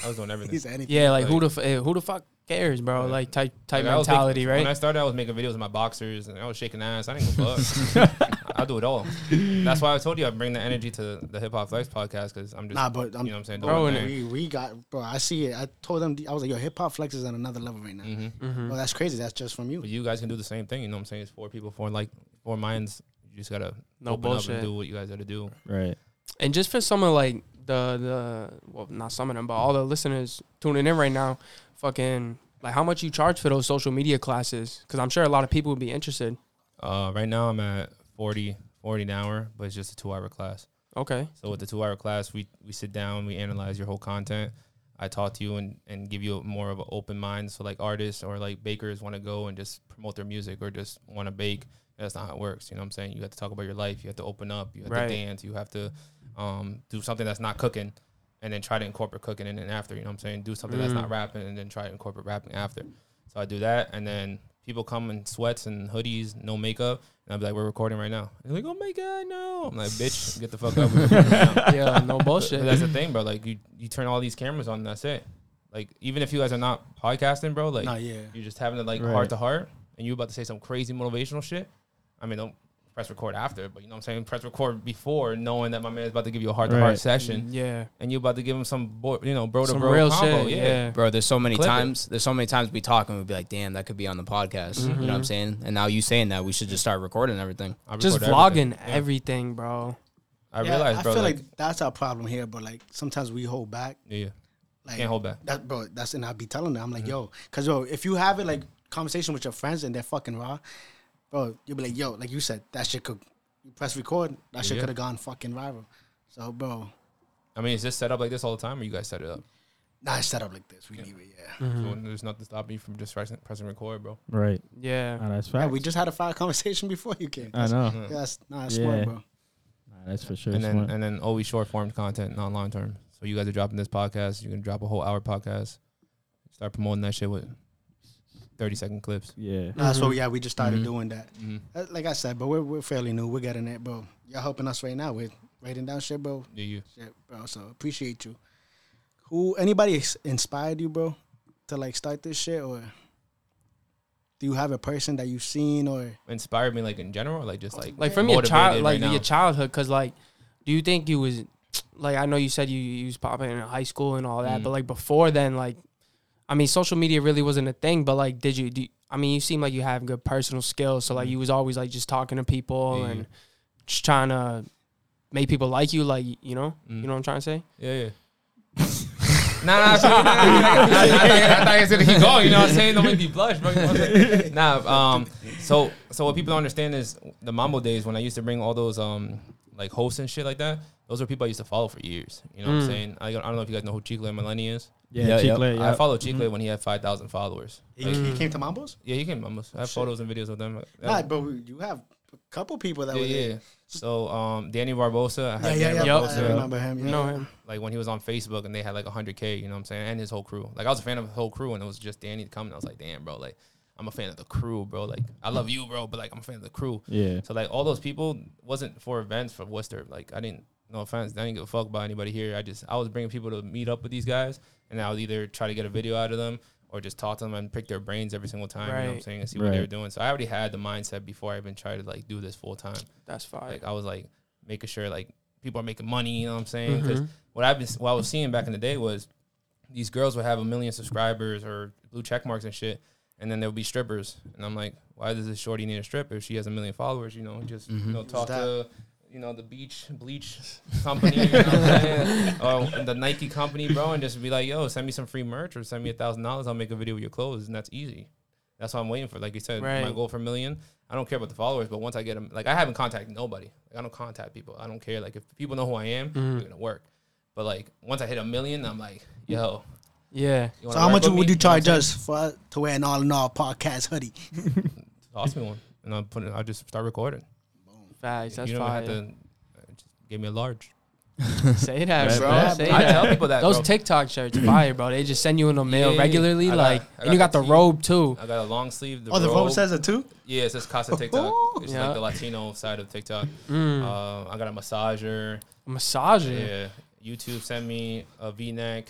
Speaker 5: I was doing everything.
Speaker 6: [LAUGHS] is anything?
Speaker 4: Yeah, like who the f- eh, who the fuck cares, bro? Like type type
Speaker 5: Like, I was
Speaker 4: mentality,
Speaker 5: making-
Speaker 4: right?
Speaker 5: When I started, I was making videos of my boxers and I was shaking ass. I didn't give a
Speaker 4: [LAUGHS]
Speaker 5: fuck. I'll do it all. That's why I told you I bring the energy to the Hip Hop Flex podcast because I'm just,
Speaker 6: Nah, but I'm-
Speaker 5: you know what I'm saying?
Speaker 4: Bro,
Speaker 5: doing my
Speaker 4: and
Speaker 5: thing.
Speaker 6: We, we got bro. I see it. I told them I was like, yo, hip hop flex is on another level right now.
Speaker 5: Mm-hmm.
Speaker 4: Mm-hmm.
Speaker 6: Well, that's crazy. That's just from you.
Speaker 5: But you guys can do the same thing. You know what I'm saying? It's four people, four like four minds. You just gotta open
Speaker 4: No
Speaker 5: up
Speaker 4: bullshit.
Speaker 5: and do what you guys gotta do.
Speaker 1: Right.
Speaker 4: and just for some of like the the well, not some of them, but all the listeners tuning in right now, fucking like how much you charge for those social media classes? Because I'm sure a lot of people would be interested.
Speaker 5: Uh, right now I'm at 40, 40 an hour, but it's just a two hour class.
Speaker 4: Okay,
Speaker 5: So with the two hour class, we we sit down, we analyze your whole content. I talk to you and, and give you more of an open mind. So like artists or like bakers want to go and just promote their music or just want to bake. That's not how it works. You know what I'm saying? You have to talk about your life. You have to open up. You have
Speaker 4: Right.
Speaker 5: to dance. You have to um, do something that's not cooking, and then try to incorporate cooking in and after. You know what I'm saying? Do something that's not rapping and then try to incorporate rapping after. So I do that, and then people come in sweats and hoodies, no makeup, and I'll be like, "We're recording right now." And they're like, "Oh my god, no!" I'm like, "Bitch, get the fuck up." We're recording right now."
Speaker 4: [LAUGHS] yeah, no
Speaker 5: But that's
Speaker 4: bullshit.
Speaker 5: the thing, bro. Like you, you turn all these cameras on, and that's it. Like even if you guys are not podcasting, bro, like
Speaker 6: Nah, yeah.
Speaker 5: you're just having it like
Speaker 1: Right.
Speaker 5: heart to heart, and you about to say some crazy motivational shit. I mean, don't press record after, but you know what I'm saying. Press record before, knowing that my man is about to give you a heart to
Speaker 1: Right.
Speaker 5: heart session,
Speaker 4: Yeah,
Speaker 5: and you about to give him some, boy, you know, bro to
Speaker 4: some
Speaker 5: bro
Speaker 4: real
Speaker 5: combo.
Speaker 4: shit. Yeah.
Speaker 3: Bro, there's so many
Speaker 5: Clip it.
Speaker 3: times. There's so many times we talk and we'd be like, "Damn, that could be on the podcast." You know what I'm saying? And now you saying that, we should just start recording everything.
Speaker 5: I
Speaker 4: just
Speaker 5: record
Speaker 4: vlogging
Speaker 5: everything.
Speaker 4: everything, bro.
Speaker 5: I
Speaker 6: Yeah,
Speaker 5: realize, bro.
Speaker 6: I feel like,
Speaker 5: like,
Speaker 6: that's our problem here. But like sometimes we hold back.
Speaker 5: yeah,
Speaker 6: Like
Speaker 5: can't hold Mm-hmm. back.
Speaker 6: That bro. That's and I'll be telling them. I'm like, yo, because yo, if you have it like conversation with your friends and they're fucking raw, bro, you'll be like, yo, like you said, that shit could. You press record. That shit
Speaker 5: Yeah.
Speaker 6: could have gone fucking viral. So, bro,
Speaker 5: I mean, is this set up like this all the time, or you guys set it up?
Speaker 6: nah, it's set up like this. We leave it. Yeah.
Speaker 5: So there's nothing stopping you from just pressing, pressing record, bro.
Speaker 1: Right.
Speaker 4: Yeah,
Speaker 1: Nah, that's
Speaker 6: Yeah,
Speaker 1: fact.
Speaker 6: we just had a fire [LAUGHS] conversation before you came.
Speaker 1: I
Speaker 6: That's-
Speaker 1: know.
Speaker 6: Uh-huh. yeah, That's nah, that's
Speaker 1: Yeah.
Speaker 6: smart, bro.
Speaker 1: Nah, that's for sure.
Speaker 5: Mm-hmm. and then
Speaker 1: smart.
Speaker 5: and then always short form content, not long term. So you guys are dropping this podcast. You're gonna drop a whole hour podcast. Start promoting that shit with thirty second clips.
Speaker 1: yeah.
Speaker 6: Nah, That's what. we- Yeah, we just started
Speaker 5: Mhm.
Speaker 6: doing that. Uh, Like I said, but we're we're fairly new. We're getting it, bro. Y'all helping us right now. We're writing down shit, bro.
Speaker 5: Do you?
Speaker 6: Shit, bro. So appreciate you. Who anybody s- inspired you, bro, to like start this shit, or do you have a person that you've seen, or
Speaker 5: Inspired me like in general, like just like
Speaker 4: like from your
Speaker 5: motivated
Speaker 4: child,
Speaker 5: right
Speaker 4: like
Speaker 5: now?
Speaker 4: your childhood. Cause like, do you think you was like I know you said you, you was popping in high school and all that,
Speaker 5: Mm.
Speaker 4: but like before then, like I mean, social media really wasn't a thing. But like, did you? Do you- I mean, you seem like you have good personal skills, so like you was always like just talking to people
Speaker 5: Mm. Yeah.
Speaker 4: and just trying to make people like you. Like you know,
Speaker 5: Mm.
Speaker 4: you know what I'm trying to say.
Speaker 5: Yeah, yeah. nah, nah, so- nah, nah, nah, nah, nah, I thought- I thought he was gonna keep going. You know what I'm saying? Don't make me blush, bro. You know what I'm saying? Nah, um, so so what people don't understand is the Mambo days when I used to bring all those um like hosts and shit like that. Those are people I used to follow for years. You know what I'm saying? I, I don't know if you guys know who Chicle and Millennia is.
Speaker 1: Mm. Yeah, Mm-hmm.
Speaker 3: Yeah, yeah.
Speaker 1: Chicle,
Speaker 5: I followed Chicle when he had five thousand followers.
Speaker 6: He, he came to Mambo's?
Speaker 5: Yeah, you can almost. I have photos and videos of them.
Speaker 6: Nah, but we- you have a couple people that
Speaker 5: yeah,
Speaker 6: were there.
Speaker 5: yeah. So um, Danny Barbosa, I had
Speaker 6: Yeah, yeah,
Speaker 5: Danny
Speaker 6: yeah.
Speaker 5: Barbosa.
Speaker 6: I remember him. Yeah.
Speaker 4: You know him.
Speaker 5: like when he was on Facebook and they had like 100k, you know what I'm saying? And his whole crew. Like I was a fan of his whole crew and it was just Danny coming. I was like, "Damn, bro, like I'm a fan of the crew, bro. Like I love you, bro, but like I'm a fan of the crew."
Speaker 1: Yeah.
Speaker 5: So like all those people wasn't for events for Worcester. Like I didn't no offense, I didn't give a fuck about anybody here. I just I was bringing people to meet up with these guys and I would either try to get a video out of them or just talk to them and pick their brains every single time, you know what I'm
Speaker 4: Right.
Speaker 5: saying, and see what they
Speaker 1: Right.
Speaker 5: were doing. So I already had the mindset before I even tried to like do this full time
Speaker 4: That's fine.
Speaker 5: like I was like making sure like people are making money. You know what I'm saying? Because what I've been what I was seeing back in the day was these girls would have a million subscribers or blue check marks and shit, and then there would be strippers. And I'm like, why does this shorty need a stripper? She has a million followers. You know, just you know talk to. You know the beach bleach company, you know what I'm saying? or the Nike company, bro, and just be like, "Yo, send me some free merch or send me a thousand dollars. I'll make a video with your clothes," and that's easy. That's what I'm waiting for. Like you said, my
Speaker 4: Right.
Speaker 5: goal for a million. I don't care about the followers, but once I get them, like I haven't contacted nobody. Like I don't contact people. I don't care. Like if people know who I am,
Speaker 4: Mm-hmm.
Speaker 5: they're gonna work. But like once I hit a million, I'm like, yo.
Speaker 4: yeah.
Speaker 5: You wanna
Speaker 6: So how
Speaker 5: work
Speaker 6: much
Speaker 5: with
Speaker 6: would
Speaker 5: me?
Speaker 6: you
Speaker 5: know what I'm
Speaker 6: charge us for to wear an all in all podcast hoodie?
Speaker 5: saying? Toss me one, and I'll put. It, I'll just start recording.
Speaker 4: Facts. That's
Speaker 5: you don't
Speaker 4: fine.
Speaker 5: have to. uh, Just give me a large.
Speaker 4: [LAUGHS] Say that,
Speaker 1: Right,
Speaker 4: bro.
Speaker 1: man.
Speaker 4: Say
Speaker 5: I
Speaker 4: that.
Speaker 5: tell people that.
Speaker 4: Those
Speaker 5: bro.
Speaker 4: TikTok shirts, fire, bro. They just send you in the mail
Speaker 5: Yeah,
Speaker 4: regularly,
Speaker 5: I got-
Speaker 4: like,
Speaker 5: I
Speaker 4: and you got
Speaker 5: got
Speaker 4: the
Speaker 5: the
Speaker 4: robe too.
Speaker 5: I got a long sleeve. The
Speaker 6: Oh, the
Speaker 5: robe.
Speaker 6: robe says it too.
Speaker 5: Yeah, it says
Speaker 6: Oh,
Speaker 5: Casa TikTok. It's
Speaker 4: Yeah.
Speaker 5: like the Latino side of TikTok.
Speaker 1: Hmm.
Speaker 4: Mm.
Speaker 5: Uh, I got a massager.
Speaker 4: Massaging.
Speaker 5: Yeah. YouTube sent me a V neck.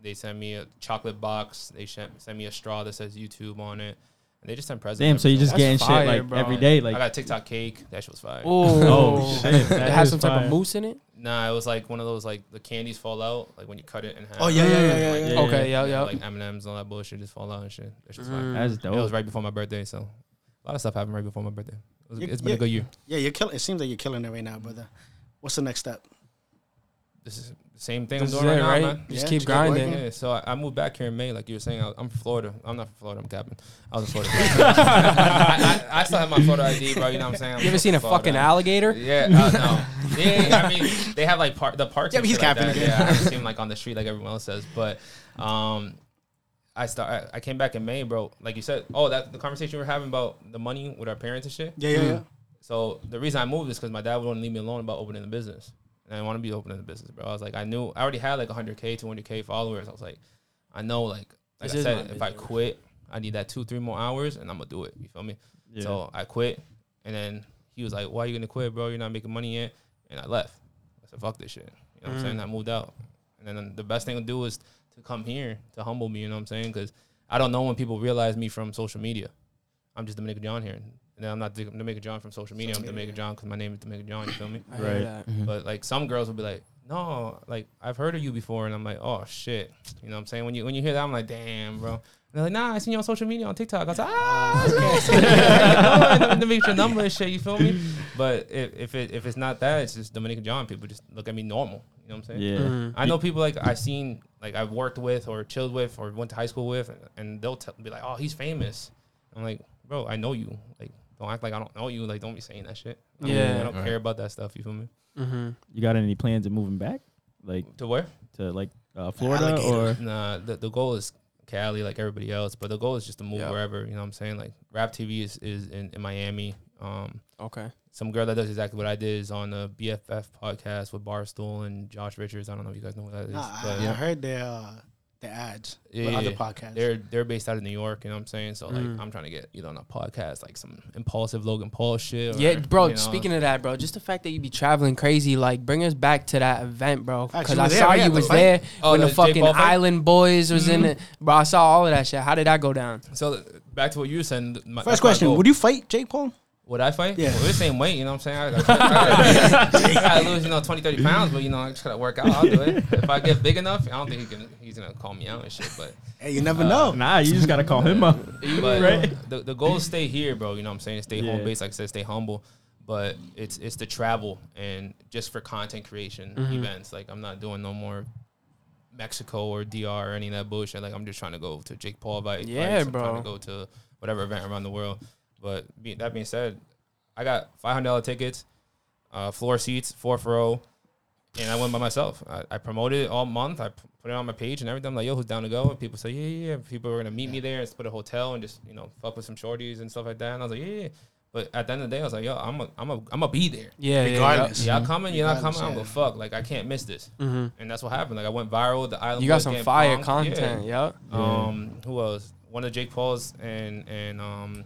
Speaker 5: They sent me a chocolate box. They sent sent me a straw that says YouTube on it. And they just sent presents.
Speaker 1: Damn, so
Speaker 5: every
Speaker 1: you just
Speaker 5: single-
Speaker 1: getting
Speaker 4: That's fire,
Speaker 1: shit like
Speaker 4: bro.
Speaker 1: every day, like [LAUGHS]
Speaker 5: I got a TikTok cake. That shit was fire.
Speaker 1: Oh,
Speaker 4: Oh,
Speaker 1: shit,
Speaker 4: It
Speaker 1: that
Speaker 4: has
Speaker 1: is
Speaker 4: some type
Speaker 1: fire.
Speaker 4: of mousse in it.
Speaker 5: Nah, it was like one of those like the candies fall out, like when you cut it in half.
Speaker 6: Oh yeah, yeah, yeah, yeah. yeah.
Speaker 1: Yeah.
Speaker 4: Okay, yeah, yeah.
Speaker 5: Like M and M's, all that bullshit just fall out and shit. That shit's fire.
Speaker 1: that's dope.
Speaker 5: It was right before my birthday, so a lot of stuff happened right before my birthday. It was,
Speaker 6: Yeah,
Speaker 5: it's been
Speaker 6: yeah.
Speaker 5: a good year.
Speaker 6: Yeah, you're killing. It seems like you're killing it right now, brother. What's the next step?
Speaker 5: This is the same thing
Speaker 4: This
Speaker 5: I'm
Speaker 4: is
Speaker 5: doing
Speaker 4: it,
Speaker 5: right,
Speaker 4: right?
Speaker 5: now, man.
Speaker 4: Just
Speaker 6: Yeah,
Speaker 4: keep
Speaker 6: just keep
Speaker 4: grinding.
Speaker 5: Yeah, so I, I moved back here in May, like you were saying. I, I'm from Florida. I'm not from Florida. I'm Captain. I was in Florida. [LAUGHS] I, I, I still have my Florida ID, bro. You know what I'm saying? I'm
Speaker 4: You ever
Speaker 5: from
Speaker 4: seen a
Speaker 5: Florida.
Speaker 4: fucking alligator?
Speaker 5: Yeah, uh, no. Yeah, yeah, I mean, they have like part the parks.
Speaker 6: Yeah,
Speaker 5: and
Speaker 6: but he's
Speaker 5: shit like
Speaker 6: capping
Speaker 5: that.
Speaker 6: again.
Speaker 5: Yeah, I see him like on the street, like everyone else says. But um, I start. I, I came back in May, bro. Like you said, oh, that the conversation we were having about the money with our parents and shit.
Speaker 6: Yeah, yeah, yeah.
Speaker 5: So the reason I moved is because my dad wouldn't leave me alone about opening the business, and I didn't want to be opening the business, bro. I was like, I knew I already had like 100k, 200k followers. I was like, I know, like, like
Speaker 4: This
Speaker 5: I
Speaker 4: is
Speaker 5: said,
Speaker 4: my
Speaker 5: if I
Speaker 4: business.
Speaker 5: quit, I need that two, three more hours, and I'm gonna do it. You feel me? So I quit, and then he was like, "Why you gonna quit, bro? You're not making money yet." And I left. I said, "Fuck this shit." You know what I'm saying? I moved out, and then the best thing to do is to come here to humble me. You know what I'm saying? Because I don't know when people realize me from social media. I'm just Dominican John here, and then I'm not Dominican John from social media. I'm Dominican John because my name is Dominican John. You feel me?
Speaker 4: I hear
Speaker 1: Right.
Speaker 4: that.
Speaker 5: But like some girls will be like, no, like I've heard of you before, and I'm like, oh shit, you know what I'm saying? When you when you hear that, I'm like, damn, bro. And they're like, nah, I seen you on social media on TikTok. I was like, ah, that's nice. Like, no, I need to make your number and shit. You feel me? But if if, it, if it's not that, it's just Dominican John. People just look at me normal. You know what I'm saying?
Speaker 1: yeah,
Speaker 4: [LAUGHS] Mm-hmm.
Speaker 5: I know people like I've seen, like I've worked with or chilled with or went to high school with, and, they'll tell, be like, "Oh, he's famous." I'm like, "Bro, I know you. Like, don't act like I don't know you. Like, don't be saying that shit. I don't-
Speaker 4: Yeah.
Speaker 5: I don't care about that stuff. You feel me?
Speaker 4: Mm-hmm.
Speaker 1: you got any plans of moving back, like
Speaker 5: To where?
Speaker 1: to like uh, Florida or
Speaker 5: [LAUGHS]
Speaker 6: Alligator.
Speaker 5: Nah, the, the goal is Cali, like everybody else, but the goal is just to move
Speaker 4: Yeah.
Speaker 5: wherever. You know what I'm saying? Like, Rap TV is is in, in Miami. Um,
Speaker 4: Okay.
Speaker 5: some girl that does exactly what I did is on the BFF podcast with Barstool and Josh Richards. I don't know if you guys know what that is.
Speaker 6: Nah, I,
Speaker 5: but-
Speaker 6: I heard the uh, the ads
Speaker 5: Yeah,
Speaker 6: with
Speaker 5: yeah,
Speaker 6: other
Speaker 5: yeah.
Speaker 6: podcasts.
Speaker 5: They're they're based out of New York, you know what I'm saying? So
Speaker 4: Mm.
Speaker 5: like I'm trying to get either on a podcast, like some impulsive Logan Paul shit. Or,
Speaker 4: Yeah, bro.
Speaker 5: you know,
Speaker 4: Speaking of that, bro, just the fact that you be traveling crazy, like, bring us back to that event, bro.
Speaker 6: Facts,
Speaker 4: Because
Speaker 6: you
Speaker 4: I
Speaker 6: were Ah, there,
Speaker 4: saw
Speaker 6: right, at
Speaker 4: you
Speaker 6: the
Speaker 4: was
Speaker 6: fight? Mm-hmm.
Speaker 4: there
Speaker 5: Oh,
Speaker 4: when
Speaker 5: the
Speaker 4: the
Speaker 5: Jake
Speaker 4: fucking
Speaker 5: Paul fight?
Speaker 4: Island Boys was in it, bro. I saw all of that shit. How did that go down?
Speaker 5: so th- back to what you were saying. th- My,
Speaker 6: First question: Would you fight Jake Paul?
Speaker 5: Would I fight?
Speaker 6: Yeah.
Speaker 5: Well, this ain't weight, you know what I'm saying? I, I, I gotta lose, you know, 20, 30 pounds, but, you know, I just gotta work out. I'll do it. If I get big enough, I don't think he can, he's gonna call me out and shit, but.
Speaker 6: Hey, you
Speaker 5: Uh,
Speaker 6: never
Speaker 1: [LAUGHS]
Speaker 6: know.
Speaker 1: Nah, you just gotta call him up.
Speaker 5: But
Speaker 1: Right.
Speaker 5: the, the goal is stay here, bro. You know what I'm saying? Stay
Speaker 1: Yeah.
Speaker 5: home base, like I said, stay humble. But it's it's the travel and just for content creation events. Like I'm not doing no more Mexico or DR or any of that bullshit. Like I'm just trying to go to Jake Paul fight.
Speaker 4: Yeah,
Speaker 5: fights. I'm trying
Speaker 4: bro.
Speaker 5: to go to whatever event around the world. But be, that being said, I got five hundred dollar tickets, uh, floor seats, four for row. And I went by myself. I, I promoted it all month. I p- put it on my page and everything. I'm like, yo, who's down to go? And people say, yeah, yeah, yeah. People are gonna meet me there and split a hotel and just you know fuck with some shorties and stuff like that. And I was like, yeah, yeah. yeah." But at the end of the day, I was like, yo, I'm a, I'm a, I'm gonna be there.
Speaker 4: Yeah,
Speaker 6: Regardless.
Speaker 5: Y'all coming? You're not
Speaker 6: Regardless,
Speaker 5: coming? I'm
Speaker 6: yeah.
Speaker 5: gonna fuck. Like I can't miss this. And that's what happened. Like I went viral. The island.
Speaker 4: Mm-hmm. You got
Speaker 5: Boys
Speaker 4: some
Speaker 5: getting
Speaker 4: fire
Speaker 5: punked.
Speaker 4: content,
Speaker 5: Yeah.
Speaker 4: yep.
Speaker 5: Um, who else? One of Jake Paul's and and um,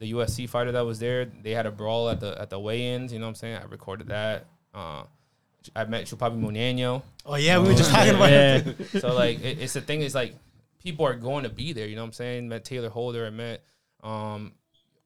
Speaker 5: the USC fighter that was there. They had a brawl at the at the weigh-ins. You know what I'm saying? I recorded that. Uh, I met Chupapi Munano.
Speaker 6: Oh yeah, we were just talking
Speaker 1: [LAUGHS]
Speaker 6: about
Speaker 1: Yeah.
Speaker 6: it.
Speaker 5: So like, it, it's the thing is like, people are going to be there. You know what I'm saying? Met Taylor Holder. I met um,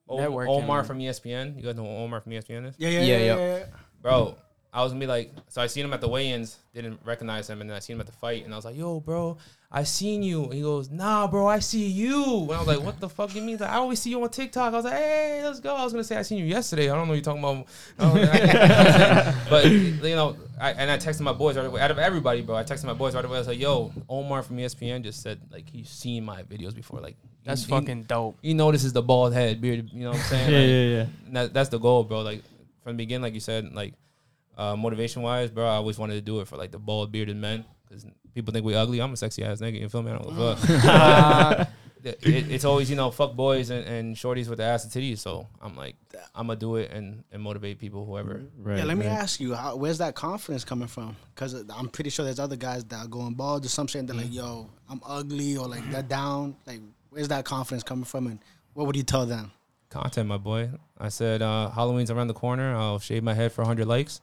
Speaker 5: O-
Speaker 4: Networking,
Speaker 5: Omar
Speaker 4: man.
Speaker 5: from E ESPN. You guys know who Omar from E ESPN is?
Speaker 6: Yeah, yeah,
Speaker 3: Yeah,
Speaker 6: yeah, yeah.
Speaker 3: yeah.
Speaker 6: yeah.
Speaker 5: bro. I was gonna be like, so I seen him at the weigh-ins, didn't recognize him, and then I seen him at the fight, and I was like, yo, bro, I seen you. And he goes, nah, bro, I see you. And I was like, what the fuck you mean? He's like, I always see you on TikTok. I was like, hey, let's go. I was gonna say I seen you yesterday. I don't know what you're talking about. I don't- I- but you know, I, and I texted my boys right away. Out of everybody, bro, I texted my boys right away. I was like, yo, Omar from E ESPN just said like he's seen my videos before. Like
Speaker 4: That's
Speaker 5: he-
Speaker 4: fucking dope.
Speaker 5: He, he notices the bald head, beard. You know what I'm
Speaker 1: [LAUGHS]
Speaker 5: saying?
Speaker 1: Yeah,
Speaker 5: Like,
Speaker 1: yeah, yeah.
Speaker 5: and that, that's the goal, bro. Like from the beginning, like you said, like uh, motivation wise, bro. I always wanted to do it for like the bald bearded men because people think we ugly. I'm a sexy ass nigga. You feel me? I don't give a fuck. [LAUGHS] Uh, it- it's always you know fuck boys and, and shorties with the ass and titties. So I'm like, I'm gonna do it and, and motivate people, whoever.
Speaker 1: Right.
Speaker 6: Yeah, let me
Speaker 1: right.
Speaker 6: ask you, how, where's that confidence coming from? Because I'm pretty sure there's other guys that are going bald or some shit. They're
Speaker 5: Mm.
Speaker 6: like, "Yo, I'm ugly," or like they're down. Like, where's that confidence coming from? And what would you tell them?
Speaker 5: Content, my boy. I said uh, Halloween's around the corner. I'll shave my head for 100 likes,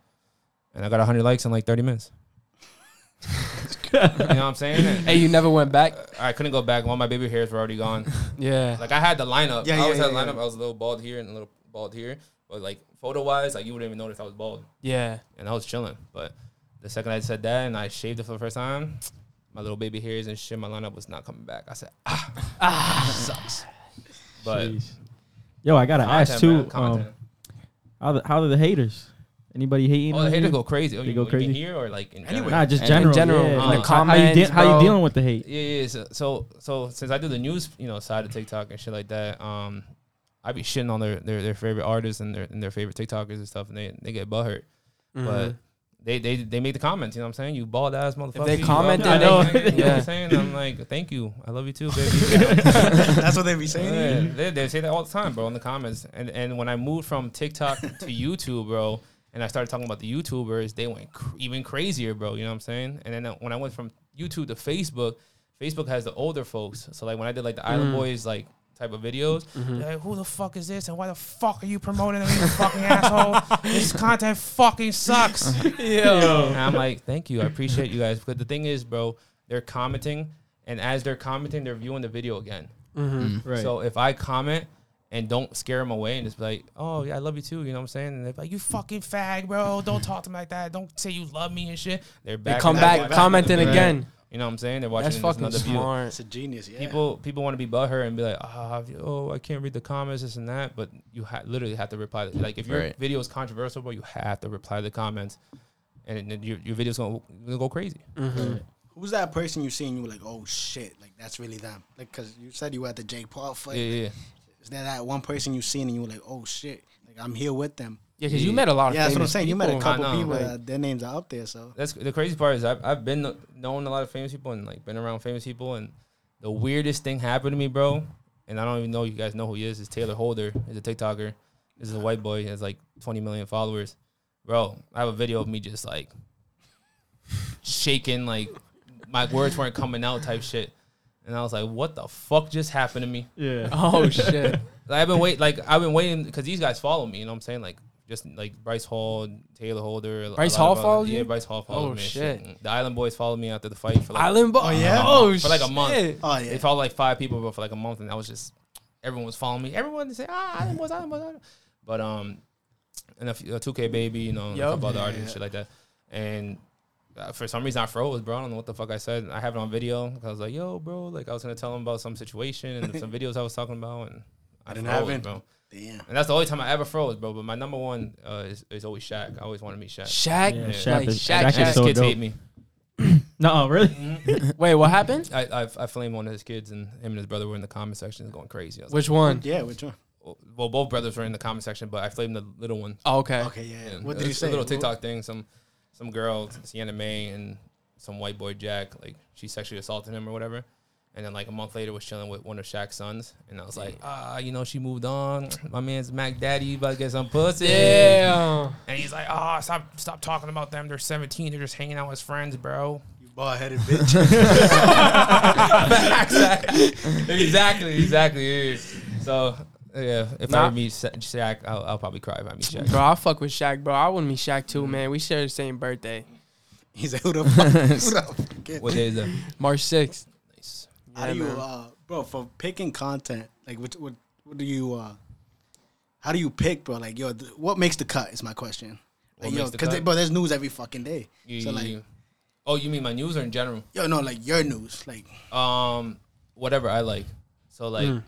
Speaker 5: and I got 100 likes in like 30 minutes. [LAUGHS] you know what I'm saying?
Speaker 4: [LAUGHS]
Speaker 5: And
Speaker 4: Hey, you never went back?
Speaker 5: I couldn't go back. All my baby hairs were already gone.
Speaker 4: Yeah.
Speaker 5: Like I had the lineup.
Speaker 6: Yeah,
Speaker 5: I always
Speaker 6: yeah,
Speaker 5: had
Speaker 6: yeah,
Speaker 5: the lineup. I was a little bald here and a little bald here. But like photo wise, like you wouldn't even notice I was bald.
Speaker 4: Yeah.
Speaker 5: And I was chilling. But the second I said that and I shaved it for the first time, my little baby hairs and shit, my lineup was not coming back. I said, ah, sucks. But
Speaker 1: Jeez. Yo, I gotta ask
Speaker 5: content, man,
Speaker 1: too. um,
Speaker 5: content.
Speaker 1: how the, how are the haters? Anybody hating?
Speaker 5: oh, the
Speaker 1: on
Speaker 5: haters
Speaker 1: you?
Speaker 5: go crazy. Oh, you,
Speaker 1: go
Speaker 5: you can
Speaker 1: crazy?
Speaker 5: hear or like in general?
Speaker 1: Nah, just
Speaker 3: In
Speaker 1: general.
Speaker 4: general,
Speaker 1: yeah.
Speaker 4: in the
Speaker 1: Like, how- How you,
Speaker 4: comments,
Speaker 1: de- how
Speaker 4: bro.
Speaker 1: you dealing with the hate?
Speaker 5: Yeah, yeah. So, so, so since I do the news, you know, side of TikTok and shit like that, um, I be shitting on their, their, their favorite artists and their and their favorite TikTokers and stuff, and they, they get butthurt.
Speaker 6: Mm-hmm.
Speaker 5: But they, they they make the comments. You know what I'm saying? You bald ass motherfucker.
Speaker 4: they
Speaker 5: you love
Speaker 4: comment,
Speaker 5: me, I
Speaker 4: then
Speaker 5: know.
Speaker 4: they-
Speaker 5: You know what
Speaker 4: [LAUGHS] yeah.
Speaker 5: I'm saying? I'm like, thank you. I love you too, baby. [LAUGHS]
Speaker 6: That's what they be saying.
Speaker 5: Yeah, they, they say that all the time, bro, in the comments. And and when I moved from TikTok [LAUGHS] to YouTube, bro, and I started talking about the YouTubers, they went cr- even crazier, bro. You know what I'm saying? And then uh, when I went from YouTube to Facebook, Facebook has the older folks. So like when I did like the Island
Speaker 4: Mm.
Speaker 5: Boys like type of videos,
Speaker 4: Mm-hmm.
Speaker 5: they're like, who the fuck is this and why the fuck are you promoting them, you fucking asshole? This content fucking
Speaker 4: [LAUGHS]
Speaker 5: sucks. And I'm like, thank you. I appreciate you guys. Because the thing is, bro, they're commenting, and as they're commenting, they're viewing the video again.
Speaker 1: Right.
Speaker 5: So uh-huh. if I comment and don't scare them away and just be like, oh, yeah, I love you too, you know what I'm saying? And they're like, you fucking fag, bro. Don't talk to me like that. Don't say you love me and shit. They're
Speaker 4: They
Speaker 5: back.
Speaker 4: come
Speaker 5: and
Speaker 4: back,
Speaker 5: watching
Speaker 4: commenting
Speaker 5: another
Speaker 4: again.
Speaker 5: video. You know what I'm saying? They're watching
Speaker 4: That's
Speaker 5: this another
Speaker 4: fucking
Speaker 5: view.
Speaker 4: smart.
Speaker 6: It's a genius. Yeah.
Speaker 5: People people want to be butthurt and be like, ah, oh, I can't read the comments, this and that. But you ha- literally have to reply. Like, if your
Speaker 3: Right.
Speaker 5: video is controversial, bro, you have to reply to the comments. And then your, your video's gonna, gonna go crazy.
Speaker 6: Who's that person you see and you were like, "Oh shit, like that's really them"? Like, cause you said you were at the Jake Paul fight.
Speaker 5: Yeah, yeah, yeah.
Speaker 6: Is there that one person you seen and you were like, "Oh shit, like I'm here with them"?
Speaker 4: Yeah, because you met a lot of
Speaker 6: Yeah, that's what I'm
Speaker 4: famous
Speaker 6: saying. You met a
Speaker 4: people.
Speaker 6: couple
Speaker 5: I know,
Speaker 6: people
Speaker 5: like-
Speaker 6: that their names are up there, so
Speaker 5: that's the crazy part is I've, I've been kn- knowing a lot of famous people and like been around famous people and the weirdest thing happened to me, bro. And I don't even know you guys know who he is. Is Taylor Holder? He's a TikToker. This is a white boy. He has like 20 million followers, bro. I have a video of me just like shaking, like my words weren't coming out, type shit. And I was like, "What the fuck just happened to me?"
Speaker 1: yeah. [LAUGHS]
Speaker 4: Oh, shit.
Speaker 5: Like, I've been wait, like I've been waiting because these guys follow me. You know what I'm saying? Like just like Bryce Hall, Taylor Holder. a- a
Speaker 4: Bryce
Speaker 5: lot
Speaker 4: Hall
Speaker 5: of other-
Speaker 4: followed
Speaker 5: Yeah,
Speaker 4: you?
Speaker 5: Bryce Hall followed
Speaker 4: Oh,
Speaker 5: me. and Mm.
Speaker 4: shit.
Speaker 5: The Island Boys followed me after the fight for like
Speaker 4: Island Boy.
Speaker 6: yeah?
Speaker 4: Oh,
Speaker 5: for like a month.
Speaker 4: shit.
Speaker 6: oh
Speaker 5: They
Speaker 6: yeah,
Speaker 5: followed like five people, but for like a month, and I was just everyone was following me. Everyone they say ah Island Boys, Island Boys. Island. Boys." But um, and a few- a 2K baby, you know, and
Speaker 4: Yup.
Speaker 5: a couple other artists and shit like that. And uh, for some reason, I froze, bro. I don't know what the fuck I said. I have it on video. 'cause I was like, yo, bro, like I was gonna tell him about some situation
Speaker 4: [LAUGHS]
Speaker 5: and some videos I was talking about, and I,
Speaker 6: didn't
Speaker 5: froze,
Speaker 6: have it.
Speaker 5: bro.
Speaker 6: Damn.
Speaker 5: And that's the only time I ever froze, bro. But my number one uh, is, is always Shaq. I always wanted to meet Shaq.
Speaker 4: Shaq.
Speaker 1: Yeah,
Speaker 5: Yeah.
Speaker 1: Shaq
Speaker 4: Like,
Speaker 1: is,
Speaker 4: Shaq-
Speaker 1: Shaq is
Speaker 4: Shaq's
Speaker 5: His
Speaker 1: so
Speaker 5: kids
Speaker 1: dope.
Speaker 5: hate me.
Speaker 1: No, really?
Speaker 6: Mm-hmm.
Speaker 4: Wait, what happened?
Speaker 5: I, I I flame one of his kids, and him and his brother were in the comment section going crazy. I was
Speaker 4: Which one?
Speaker 6: Yeah, which one?
Speaker 5: like, oh, well, both brothers were in the comment section, but I flamed the little one.
Speaker 4: Oh, okay.
Speaker 6: Okay, yeah.
Speaker 5: And
Speaker 6: what
Speaker 5: it
Speaker 6: did he
Speaker 5: was
Speaker 6: say?
Speaker 5: A little TikTok thing. Some some girl, Sienna May, and some white boy Jack, like she sexually assaulted him or whatever. And then like a month later, was chilling with one of Shaq's sons, and I was like, ah, you know, she moved on. My man's Mac Daddy, you about to get some pussy.
Speaker 4: Yeah.
Speaker 5: And he's like, ah, stop, stop talking about them. They're 17. They're just hanging out with friends, bro.
Speaker 6: You bald headed bitch.
Speaker 5: exactly, exactly. yeah. So yeah, if
Speaker 4: Nah.
Speaker 5: I meet Sha- Shaq, I'll, I'll probably cry if I meet Shaq.
Speaker 4: Bro, I fuck with Shaq, bro. I want to meet Shaq too, man. We share the same birthday,
Speaker 6: He's like,
Speaker 5: [LAUGHS]
Speaker 6: who the fuck? Who the fuck is-
Speaker 5: What day is that?
Speaker 4: March 6th.
Speaker 5: Nice.
Speaker 6: How
Speaker 4: Yeah,
Speaker 6: do you,
Speaker 4: man.
Speaker 6: uh, bro, for picking content? Like, what, what, what do you, uh, how do you pick, bro? Like, yo, th- what makes the cut is my question.
Speaker 5: What
Speaker 6: Like, yo,
Speaker 5: makes the
Speaker 6: because
Speaker 5: cut?
Speaker 6: bro, there's news every fucking day.
Speaker 5: You-
Speaker 6: so like,
Speaker 5: you- oh, you mean my news or in general?
Speaker 6: yo, no, like your news, like,
Speaker 5: Um, whatever I like. So like,
Speaker 4: Mm.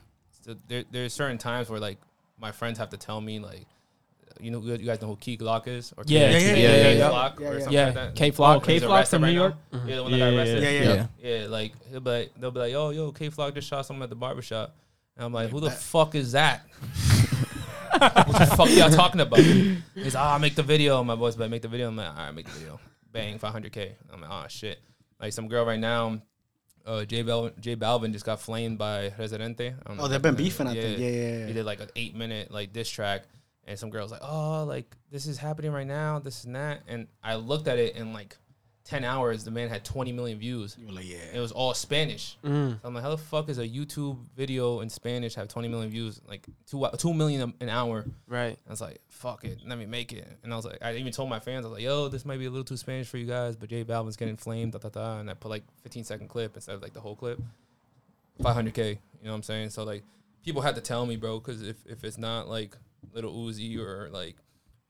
Speaker 5: so there there's certain times where like my friends have to tell me like. You know, you guys know who Key Glock is, or
Speaker 4: Yeah,
Speaker 5: K-
Speaker 4: yeah,
Speaker 5: K-
Speaker 4: yeah,
Speaker 5: K-
Speaker 4: yeah, yeah.
Speaker 5: Glock
Speaker 6: Yeah,
Speaker 5: or
Speaker 6: yeah.
Speaker 5: something
Speaker 4: Yeah,
Speaker 5: like that.
Speaker 4: K Flock.
Speaker 1: Oh, K-
Speaker 5: He's
Speaker 1: Flock
Speaker 5: arrested
Speaker 1: from
Speaker 5: right
Speaker 1: New
Speaker 5: now.
Speaker 1: York?
Speaker 5: Yeah, the one that got
Speaker 1: Yeah,
Speaker 5: arrested.
Speaker 6: yeah, yeah.
Speaker 2: Yeah.
Speaker 5: Yeah, like he'll be like, they'll be like, oh, yo, yo, K Flock just shot someone at the barbershop. And I'm like, who the fuck is that? what the fuck y'all talking about? He's ah, make the video. My boy's like, make the video. I'm like, all right, make the video. Bang, 500k. I'm like, oh shit. Like some girl right now, uh, J Balvin, J Balvin just got flamed by Residente. I don't know
Speaker 6: Oh,
Speaker 5: if you
Speaker 6: they've been
Speaker 5: know.
Speaker 6: beefing, I think. Yeah, yeah, yeah.
Speaker 5: He did like an eight minute like diss track, and some girls like, oh, like this is happening right now, this and that. And I looked at it in like ten hours. The man had 20 million views.
Speaker 6: you were like, yeah.
Speaker 5: It was all Spanish. So I'm like, how the fuck is a YouTube video in Spanish have 20 million views, like two two million an hour?
Speaker 4: Right.
Speaker 5: I was like, fuck it, let me make it. And I was like, I even told my fans, I was like, yo, this might be a little too Spanish for you guys, but Jay Balvin's getting flamed, da da da. And I put like 15 second clip instead of like the whole clip. 500K, you know what I'm saying? So like, people had to tell me, bro, because if, if it's not like Little Uzi or like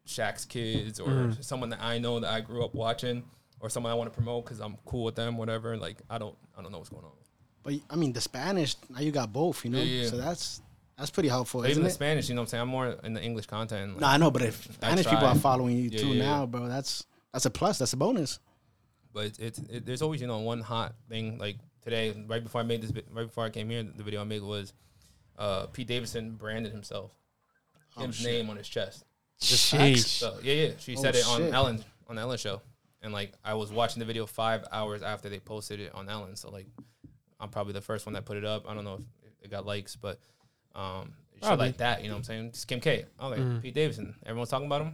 Speaker 5: Shaq's kids or
Speaker 6: Mm.
Speaker 5: someone that I know that I grew up watching or someone I want to promote because I'm cool with them, whatever, like, I don't, I don't know what's going on.
Speaker 6: But I mean, the Spanish now you got both, you know.
Speaker 5: Yeah, yeah.
Speaker 6: So that's that's pretty helpful,
Speaker 5: But
Speaker 6: isn't
Speaker 5: even the
Speaker 6: it?
Speaker 5: Spanish, you know what I'm saying? I'm more in the English content. Like,
Speaker 6: no, I know, but if
Speaker 5: I
Speaker 6: Spanish people
Speaker 5: tried.
Speaker 6: are following you
Speaker 5: Yeah,
Speaker 6: too
Speaker 5: yeah, yeah.
Speaker 6: now, bro, that's that's a plus. That's a bonus.
Speaker 5: but it's, it's it, there's always you know one hot thing like today right before I made this vi- right before I came here the video I made was uh, Pete Davidson branded himself
Speaker 4: Oh,
Speaker 5: his name on his chest
Speaker 4: Sheesh.
Speaker 5: so yeah yeah she said
Speaker 6: Oh,
Speaker 5: it on
Speaker 6: shit.
Speaker 5: Ellen on the Ellen show and like I was watching the video five hours after they posted it on Ellen so like I'm probably the first one that put it up I don't know if it got likes but um shit
Speaker 4: Probably. Mm-hmm.
Speaker 5: like that you know what I'm saying just Kim K okay Pete Davidson everyone's talking about him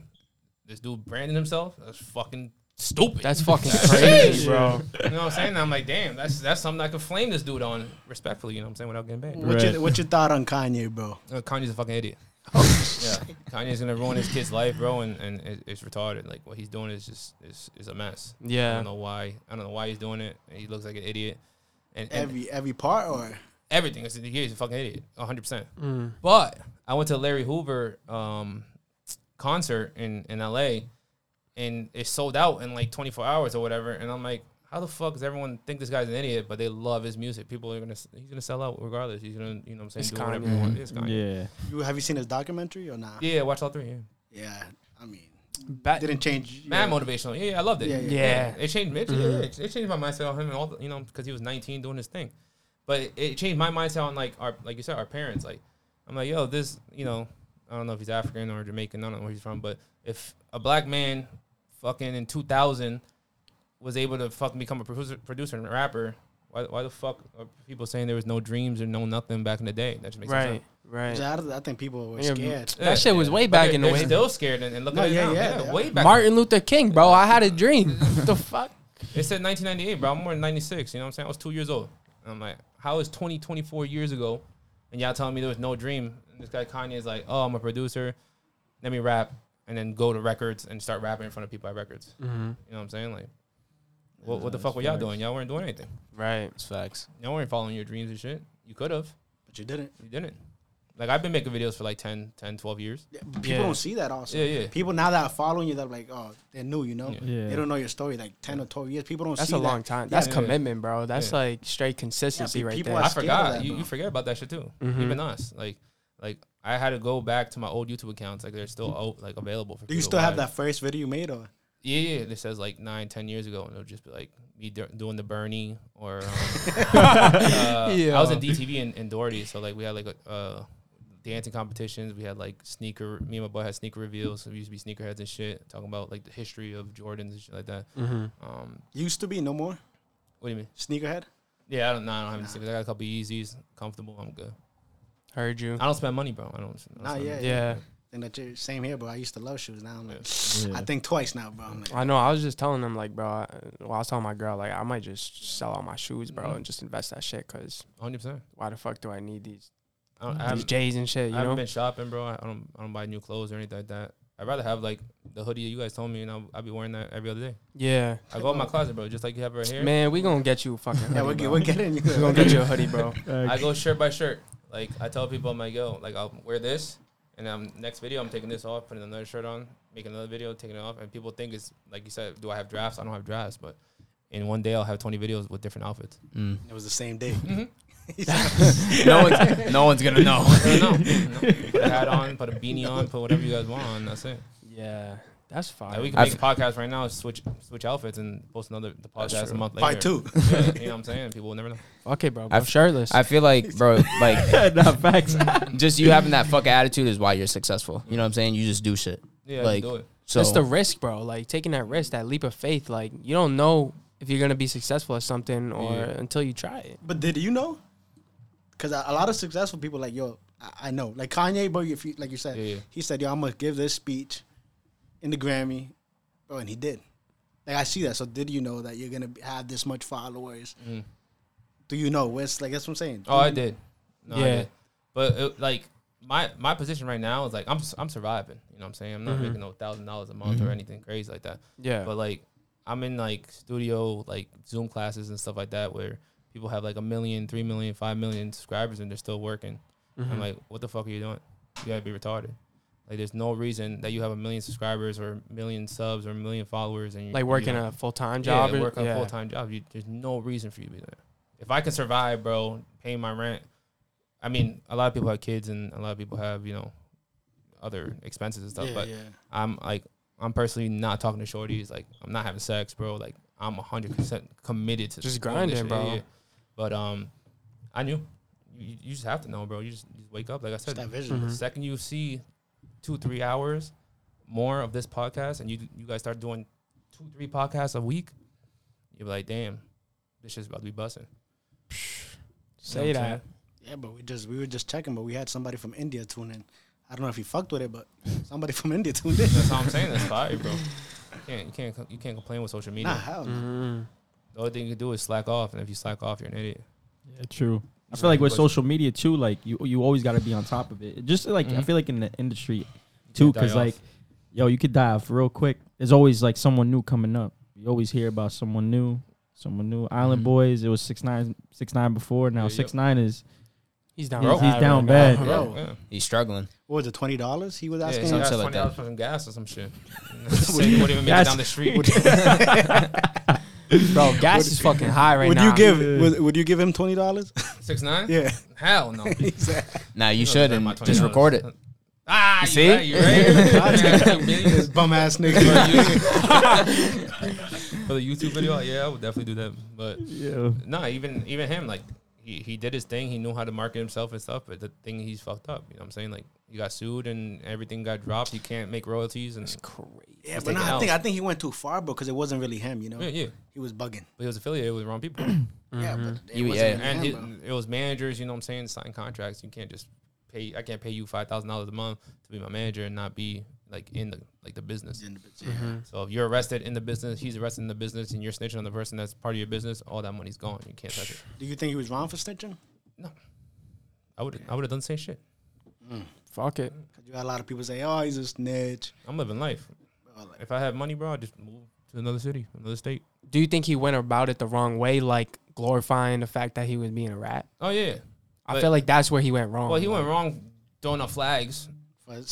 Speaker 5: this dude branded himself that's fucking stupid [LAUGHS]
Speaker 4: That's fucking crazy, bro.
Speaker 5: you know what I'm saying? And I'm like, damn, that's that's something I could flame this dude on respectfully. You know what I'm saying? Without getting banned.
Speaker 6: What's
Speaker 1: Right.
Speaker 6: your what's your thought on Kanye, bro?
Speaker 5: Uh, Kanye's a fucking idiot. yeah, Kanye's gonna ruin his kid's life, bro, and, and it, it's retarded. Like what he's doing is just is, is a mess. I
Speaker 4: Yeah.
Speaker 5: don't know why. I don't know why he's doing it. And he looks like an idiot. [LAUGHS] And, and
Speaker 6: Every every part or
Speaker 5: everything is he's a fucking idiot, 100. percent But I went to Larry Hoover um, concert in in L.A. and it sold out in like 24 hours or whatever. And I'm like, how the fuck does everyone think this guy's an idiot? But they love his music. People are gonna s- he's gonna sell out regardless. He's gonna you know what I'm saying
Speaker 4: It's
Speaker 5: do whatever
Speaker 4: Kanye. Mm-hmm.
Speaker 5: he wants. It's Kanye.
Speaker 1: Yeah.
Speaker 6: you have you seen his documentary or not?
Speaker 5: Yeah. watch all three. Yeah.
Speaker 6: Yeah, I mean,
Speaker 4: Back,
Speaker 6: didn't change.
Speaker 5: Mad motivational. Yeah, yeah, I loved it.
Speaker 6: Yeah, yeah.
Speaker 4: Yeah. Mm-hmm.
Speaker 5: It changed. It, it, it changed my mindset on him and all. The, you know, because he was 19 doing his thing, but it, it changed my mindset on like our, like you said, our parents. Like, I'm like, yo, this, you know, I don't know if he's African or Jamaican. I don't know where he's from, but if a black man, fucking in 2000, was able to fucking become a producer, producer and rapper, why, why the fuck are people saying there was no dreams or no nothing back in the day? That just makes no
Speaker 4: right,
Speaker 5: sense.
Speaker 4: right.
Speaker 6: I, I think people were
Speaker 4: Yeah,
Speaker 6: scared.
Speaker 4: That shit was way back
Speaker 5: But
Speaker 4: in the
Speaker 5: they're
Speaker 4: way.
Speaker 5: Still scared and, and look
Speaker 6: No,
Speaker 5: at it
Speaker 6: yeah,
Speaker 5: now.
Speaker 6: yeah,
Speaker 5: Yeah,
Speaker 6: they
Speaker 5: way back.
Speaker 4: Martin Luther King, bro. I had a dream. the fuck?
Speaker 5: It said 1998, bro. I'm more than 96. You know what I'm saying? I was two years old. And I'm like, how is 20, 24 years ago, and y'all telling me there was no dream? And this guy Kanye is like, oh, I'm a producer. Let me rap, and then go to records and start rapping in front of people at records. You know what I'm saying? Like, what, what the fuck were y'all doing? Y'all weren't doing anything.
Speaker 4: Right.
Speaker 2: It's facts.
Speaker 5: Y'all weren't following your dreams and shit. You could have.
Speaker 6: But you didn't.
Speaker 5: You didn't. Like I've been making videos for like 10, 10 12 years.
Speaker 6: People
Speaker 4: Yeah.
Speaker 6: don't see that also.
Speaker 5: Yeah, yeah.
Speaker 6: People now that are following you, they're like, oh, they're new, you know?
Speaker 1: Yeah.
Speaker 6: They don't know your story. Like 10 or 12 years, people don't
Speaker 2: That's
Speaker 6: see
Speaker 2: a
Speaker 6: that.
Speaker 2: long time. That's
Speaker 5: Yeah.
Speaker 2: commitment, bro. That's
Speaker 5: Yeah.
Speaker 2: like straight consistency
Speaker 6: Yeah,
Speaker 2: right
Speaker 6: people
Speaker 2: there.
Speaker 5: I
Speaker 6: are- scared of
Speaker 5: forgot.
Speaker 6: that,
Speaker 5: you,
Speaker 6: though.
Speaker 5: you forget about that shit too. Even us. Like like I had to go back to my old YouTube accounts. Like they're still out, like available for.
Speaker 6: Do you
Speaker 5: people to
Speaker 6: still have
Speaker 5: watch.
Speaker 6: that first video you made or?
Speaker 5: Yeah, yeah. This says like nine, ten years ago, and it'll just be like me dur- doing the Bernie or.
Speaker 6: [LAUGHS]
Speaker 5: Um, uh, I was in DTV in, in Doherty, so like we had like a, uh, dancing competitions. We had like sneaker. Me and my boy had sneaker reveals. So we used to be sneakerheads and shit, talking about like the history of Jordans and shit like that. Um,
Speaker 6: Used to be, no more?
Speaker 5: what do you mean?
Speaker 6: Sneakerhead?
Speaker 5: Yeah, I don't. Nah, I don't have any sneakers. I got a couple Yeezys, comfortable. I'm good.
Speaker 2: Heard you.
Speaker 5: I don't spend money, bro. I don't. I don't
Speaker 6: Nah,
Speaker 5: spend
Speaker 6: yeah,
Speaker 5: money.
Speaker 2: Yeah.
Speaker 6: And that's it. same here, bro. I used to love shoes. Now I'm like,
Speaker 1: Yeah.
Speaker 6: I [LAUGHS] think twice now, bro. I'm like,
Speaker 2: I know. I was just telling them like, bro. I, well, I was telling my girl like, I might just sell all my shoes, bro,
Speaker 5: Mm-hmm.
Speaker 2: and just invest that shit. Cause
Speaker 5: hundred percent.
Speaker 2: why the fuck do I need these
Speaker 5: I don't. I
Speaker 2: these
Speaker 5: haven't-
Speaker 2: J's and shit? You
Speaker 5: I haven't
Speaker 2: know.
Speaker 5: been shopping, bro. I I don't, I don't buy new clothes or anything like that. I'd rather have like the hoodie you guys told me, and I'll, I'll be wearing that every other day.
Speaker 2: Yeah,
Speaker 5: I go in my closet, bro, just like you have right here.
Speaker 2: man. We gonna get you a fucking. Hoodie,
Speaker 6: yeah, we're,
Speaker 2: bro.
Speaker 6: get- we're getting you.
Speaker 2: We gonna get you a hoodie,
Speaker 5: [LAUGHS]
Speaker 2: bro.
Speaker 5: I go shirt by shirt. Like I tell people, I'm like, yo, like I'll wear this, and um, next video I'm taking this off, putting another shirt on, making another video, taking it off, and people think it's like you said, do I have drafts? I don't have drafts, but in one day I'll have 20 videos with different
Speaker 3: [LAUGHS]
Speaker 5: outfits.
Speaker 3: Mm.
Speaker 6: It was the
Speaker 5: [LAUGHS]
Speaker 6: same day. [LAUGHS]
Speaker 3: no one's
Speaker 1: [LAUGHS]
Speaker 3: no one's gonna know.
Speaker 5: I don't know. No. Put a hat on, put a beanie on, put whatever you guys want on. That's it.
Speaker 2: Yeah, that's fine.
Speaker 5: Like, we can
Speaker 3: I
Speaker 5: make a
Speaker 3: f-
Speaker 5: podcast right now, switch switch outfits, and post another the podcast a
Speaker 2: true.
Speaker 5: month later.
Speaker 6: Part two.
Speaker 5: Yeah, you know what I'm saying? People will never know.
Speaker 2: okay, bro.
Speaker 3: I
Speaker 2: I'm
Speaker 3: f-
Speaker 2: shirtless.
Speaker 3: I feel like, bro,
Speaker 1: [LAUGHS]
Speaker 3: like
Speaker 1: Not facts.
Speaker 3: just you having that fuck attitude is why you're successful. You know what I'm saying? You just do shit.
Speaker 5: Yeah,
Speaker 3: like
Speaker 5: do it.
Speaker 3: so.
Speaker 2: It's the risk, bro. Like taking that risk, that leap of faith. Like you don't know if you're gonna be successful at something or
Speaker 5: Yeah.
Speaker 2: until you try it.
Speaker 6: But did you know? Because a, a lot of successful people like yo, I, I know, like Kanye, bro. If you, like you said,
Speaker 5: Yeah, yeah.
Speaker 6: he said, "Yo, I'm gonna give this speech in the Grammy," bro, and he did. Like I see that. So did you know that you're gonna be- have this much followers? Do you know? It's like that's what I'm saying.
Speaker 5: Mm. Oh, I did. No, I
Speaker 2: Yeah.
Speaker 5: did. But it, like my my position right now is like I'm s- I'm surviving. You know what I'm saying? I'm not making no thousand dollars a month or anything crazy like that.
Speaker 2: Mm-hmm. Yeah.
Speaker 5: But like I'm in like studio like Zoom classes and stuff like that where people have like a million, three million, five million subscribers and they're still working.
Speaker 2: Mm-hmm.
Speaker 5: I'm like, what the fuck are you doing? You gotta be retarded. Like there's no reason that you have a million subscribers or a million subs or a million followers and you
Speaker 2: Like
Speaker 5: you
Speaker 2: working
Speaker 5: don't-
Speaker 2: a full time job.
Speaker 5: yeah,
Speaker 2: or-
Speaker 5: work a
Speaker 2: yeah.
Speaker 5: full time job. You, there's no reason for you to be there. If I can survive, bro, paying my rent. I mean, a lot of people have kids, and a lot of people have you know other expenses and stuff.
Speaker 6: Yeah,
Speaker 5: but
Speaker 6: yeah.
Speaker 5: I'm like, I'm personally not talking to shorties. Like, I'm not having sex, bro. Like, I'm 100 percent committed to
Speaker 2: Just
Speaker 5: doing this
Speaker 2: grinding,
Speaker 5: shit.
Speaker 2: bro.
Speaker 5: But um, I knew. You, you just have to know, bro. You just, you just wake up. Like I said,
Speaker 6: It's that vision.
Speaker 5: the second you see two, three hours more of this podcast, and you you guys start doing two, three podcasts a week, you'll be like, damn, this shit's about to be busting. [LAUGHS]
Speaker 2: Say
Speaker 5: You know what I'm
Speaker 2: that.
Speaker 6: Yeah, but we just we were just checking, but we had somebody from India tune in. I don't know if he fucked with it, but somebody from India
Speaker 5: [LAUGHS]
Speaker 6: tuned in.
Speaker 5: That's all I'm saying. That's fire, bro. You can't you can't co- you can't complain with social media.
Speaker 6: Nah, hell. no.
Speaker 2: Mm.
Speaker 5: The only thing you can do is slack off, and if you slack off, you're an idiot.
Speaker 1: Yeah, true. I feel like with social media too, like you you always got to be on top of it. Just like I
Speaker 6: Mm-hmm.
Speaker 5: Mhm.
Speaker 1: feel like in the industry too,
Speaker 5: die
Speaker 1: because
Speaker 5: off.
Speaker 3: [LAUGHS]
Speaker 1: like, yo, you could die off real quick. There's always like someone new coming up. You always hear about someone new, someone new. Island
Speaker 6: Mm-hmm.
Speaker 3: Mhm.
Speaker 1: Boys, it was six nine six nine before. Now
Speaker 5: Yeah,
Speaker 1: six nine is
Speaker 2: He's down.
Speaker 1: He's-
Speaker 2: bad
Speaker 1: he's
Speaker 2: right
Speaker 1: down
Speaker 2: now.
Speaker 1: bad.
Speaker 5: Yeah,
Speaker 6: Bro.
Speaker 5: yeah.
Speaker 3: He's struggling.
Speaker 6: What was it? Twenty dollars? He was
Speaker 5: Yeah,
Speaker 6: asking.
Speaker 5: so
Speaker 3: some
Speaker 5: that's
Speaker 3: shit like
Speaker 5: twenty dollars
Speaker 3: that.
Speaker 5: for some gas or some
Speaker 3: [LAUGHS]
Speaker 5: shit. [LAUGHS] so you wouldn't even make it
Speaker 1: Gas.
Speaker 5: down the street.
Speaker 2: bro. Gas is fucking high right
Speaker 6: would
Speaker 2: now.
Speaker 6: you give? Would, would you give him twenty dollars?
Speaker 5: [LAUGHS]
Speaker 6: [LAUGHS]
Speaker 5: Six nine?
Speaker 6: yeah.
Speaker 5: Hell no.
Speaker 3: Nah, [LAUGHS] you
Speaker 5: You
Speaker 3: should
Speaker 5: know, my
Speaker 3: and just record it.
Speaker 5: $20. Ah, you
Speaker 3: See?
Speaker 5: right, [LAUGHS] you
Speaker 6: [LAUGHS]
Speaker 3: [LAUGHS]
Speaker 5: right.
Speaker 6: this [LAUGHS] bum ass
Speaker 5: for,
Speaker 6: nigga.
Speaker 3: [LAUGHS]
Speaker 5: YouTube- for the YouTube video, yeah, I would definitely do that. But
Speaker 1: yeah,
Speaker 5: nah, even even him, like he, he did his thing. He knew how to market himself and stuff. But the thing he's fucked up. You know what I'm saying? Like he got sued and everything got dropped. He can't make royalties and
Speaker 2: Crazy.
Speaker 6: Yeah, but
Speaker 5: taking
Speaker 6: nah, I
Speaker 5: L's.
Speaker 6: think I think he went too far, bro, because it wasn't really him. You know,
Speaker 5: yeah, yeah.
Speaker 6: he was bugging.
Speaker 5: But he was affiliated with the wrong people,
Speaker 3: [CLEARS THROAT]
Speaker 6: Yeah, but it wasn't
Speaker 3: You- yeah.
Speaker 6: really
Speaker 5: and
Speaker 6: him,
Speaker 5: he,
Speaker 6: bro.
Speaker 5: it was managers. You know what I'm saying? Sign contracts. You can't just pay. I can't pay you five thousand dollars a month to be my manager and not be like in the like the business. So if you're arrested in the business, he's arrested in the business, and you're snitching on the person that's part of your business, all that money's gone. You can't touch it.
Speaker 6: Do you think he was wrong for snitching?
Speaker 5: I would I would have done the same shit.
Speaker 2: Fuck it.
Speaker 6: Because you had a lot of people say, "Oh, he's a snitch."
Speaker 5: I'm living life.
Speaker 6: Bro, like,
Speaker 5: If I had money, bro, I'd just move to another city, another state.
Speaker 2: Do you think he went about it the wrong way, like glorifying the fact that he was being a rat?
Speaker 5: Oh yeah.
Speaker 2: I
Speaker 5: But-
Speaker 2: feel like that's where he went wrong.
Speaker 5: Well, he
Speaker 2: like-
Speaker 5: went wrong throwing up flags.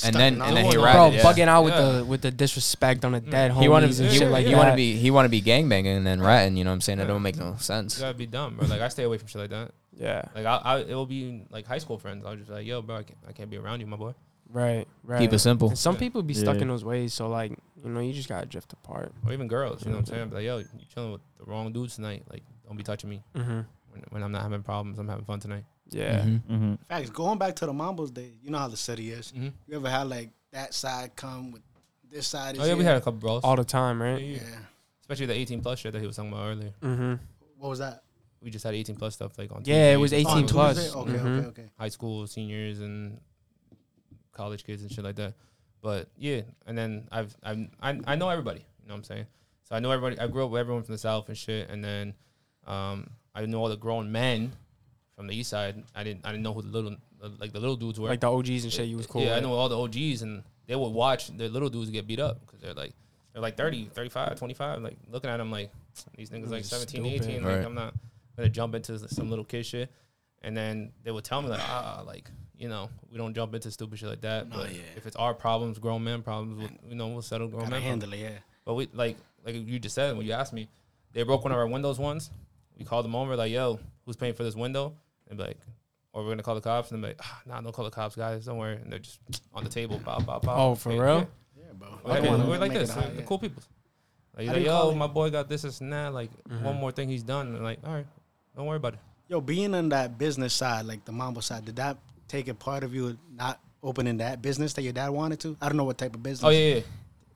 Speaker 3: And then- and then he
Speaker 2: Bro,
Speaker 3: ratted, yeah.
Speaker 2: bugging out with
Speaker 5: Yeah.
Speaker 2: the with the disrespect on the dead homies
Speaker 3: He wanted
Speaker 2: and
Speaker 3: he,
Speaker 2: shit like
Speaker 3: he
Speaker 2: that.
Speaker 3: wanted to be he wanted to be gangbanging and then ratting. You know what I'm saying? That don't make no sense.
Speaker 5: You gotta be dumb, bro. Like I stay away from shit like that.
Speaker 2: Yeah,
Speaker 5: Like I, I it will be like high school friends. I'll just be like, yo, bro, I can't, I can't be around you, my boy.
Speaker 2: right, right.
Speaker 3: Keep it simple.
Speaker 2: And some people be stuck
Speaker 1: Yeah.
Speaker 2: in those ways, so like you know, you just gotta drift apart.
Speaker 5: Or even girls. You know what I'm saying? Be like, yo, you chilling with the wrong dudes tonight. Like, don't be touching me
Speaker 2: Mm-hmm.
Speaker 5: when, when I'm not having problems. I'm having fun tonight.
Speaker 2: Yeah,
Speaker 3: Mhm.
Speaker 1: Mm-hmm.
Speaker 6: Facts. Going back to the Mambo's day, you know how the city is.
Speaker 5: Mhm.
Speaker 6: You ever had like that side come with this side? Is
Speaker 5: Oh yeah, we
Speaker 6: here?
Speaker 5: had a couple bros,
Speaker 2: all the time, right?
Speaker 5: Yeah,
Speaker 6: Yeah.
Speaker 5: especially the 18 plus shit that he was talking about earlier.
Speaker 2: Mm-hmm.
Speaker 6: What was that?
Speaker 5: We just had 18 plus stuff like on.
Speaker 2: Yeah, it was
Speaker 5: Tuesdays.
Speaker 6: Oh,
Speaker 2: 18
Speaker 6: Tuesday?
Speaker 2: plus.
Speaker 6: Okay,
Speaker 2: Mhm.
Speaker 6: okay, okay.
Speaker 5: high school seniors and college kids and shit like that. But yeah, and then I've, I've I I know everybody. You know what I'm saying? So I know everybody. I grew up with everyone from the south and shit. And then um, I know all the grown men from the east side. I didn't I didn't know who the little like the little dudes were.
Speaker 2: Like the OGs and shit. You was cool.
Speaker 5: Yeah, I
Speaker 2: with.
Speaker 5: know all the OGs and they would watch the little dudes get beat up because they're like they're like 30, 35, 25. Like looking at them like [SNIFFS] these niggas like 17, 18. Like
Speaker 3: Right.
Speaker 5: I'm not gonna jump into some little kid shit. And then they would tell me like ah like you know we don't jump into stupid shit like that. but if it's our problems, grown men problems, we'll, you know we'll settle grown
Speaker 6: Gotta
Speaker 5: men. problems.
Speaker 6: handle it, yeah.
Speaker 5: But we like like you just said when you asked me, they broke one of our windows once. We called them over like, "Yo, who's paying for this window?" And be like, "Or we're gonna call the cops." And they're like, ah, "Nah, don't call the cops, guys. Don't worry." And they're just on the table, bop, bop, bop.
Speaker 2: Oh, for
Speaker 5: Yeah,
Speaker 2: real?
Speaker 5: yeah.
Speaker 6: Yeah, bro.
Speaker 5: Like,
Speaker 6: Come on,
Speaker 5: we're like
Speaker 6: make it
Speaker 5: this,
Speaker 6: hot,
Speaker 5: like, the
Speaker 6: yeah.
Speaker 5: cool people. Like,
Speaker 6: How
Speaker 5: like
Speaker 6: do you call
Speaker 5: yo,
Speaker 6: it?
Speaker 5: my boy got this, this, and that. Like
Speaker 2: Mm-hmm.
Speaker 5: one more thing he's done. And like, all right, don't worry about it.
Speaker 6: Yo, being on that business side, like the mambo side, did that take a part of you not opening that business that your dad wanted to? I don't know what type of business.
Speaker 5: Oh yeah, yeah.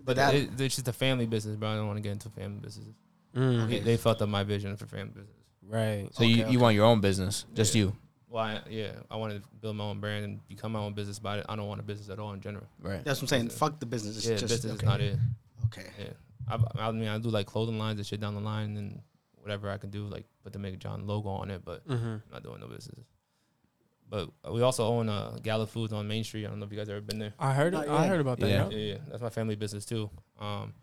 Speaker 5: But
Speaker 6: that-
Speaker 5: that, it, it's just a family business, bro. I don't want to get into family businesses.
Speaker 2: Mm,
Speaker 5: They, they fucked up my vision for family business.
Speaker 2: right.
Speaker 3: So you, you want your own business, just you,
Speaker 5: Well, I, yeah, I want to build my own brand and become my own business. But I I don't want a business at all in general.
Speaker 3: right?
Speaker 6: That's what I'm saying. Fuck the business. It's
Speaker 5: yeah,
Speaker 6: just
Speaker 5: business is
Speaker 6: okay.
Speaker 5: not it.
Speaker 6: okay.
Speaker 5: Yeah, I, I mean, I do like clothing lines and shit down the line, and whatever I can do, like put the Mega John logo on it. But
Speaker 2: Mm-hmm.
Speaker 5: I'm not doing no business. But we also own uh, Gala Foods on Main Street. I don't know if you guys ever been there.
Speaker 2: I heard.
Speaker 6: Not
Speaker 2: I
Speaker 6: yet.
Speaker 2: heard about that.
Speaker 3: Yeah.
Speaker 2: yo.
Speaker 5: Yeah, yeah, that's my family business too. Um,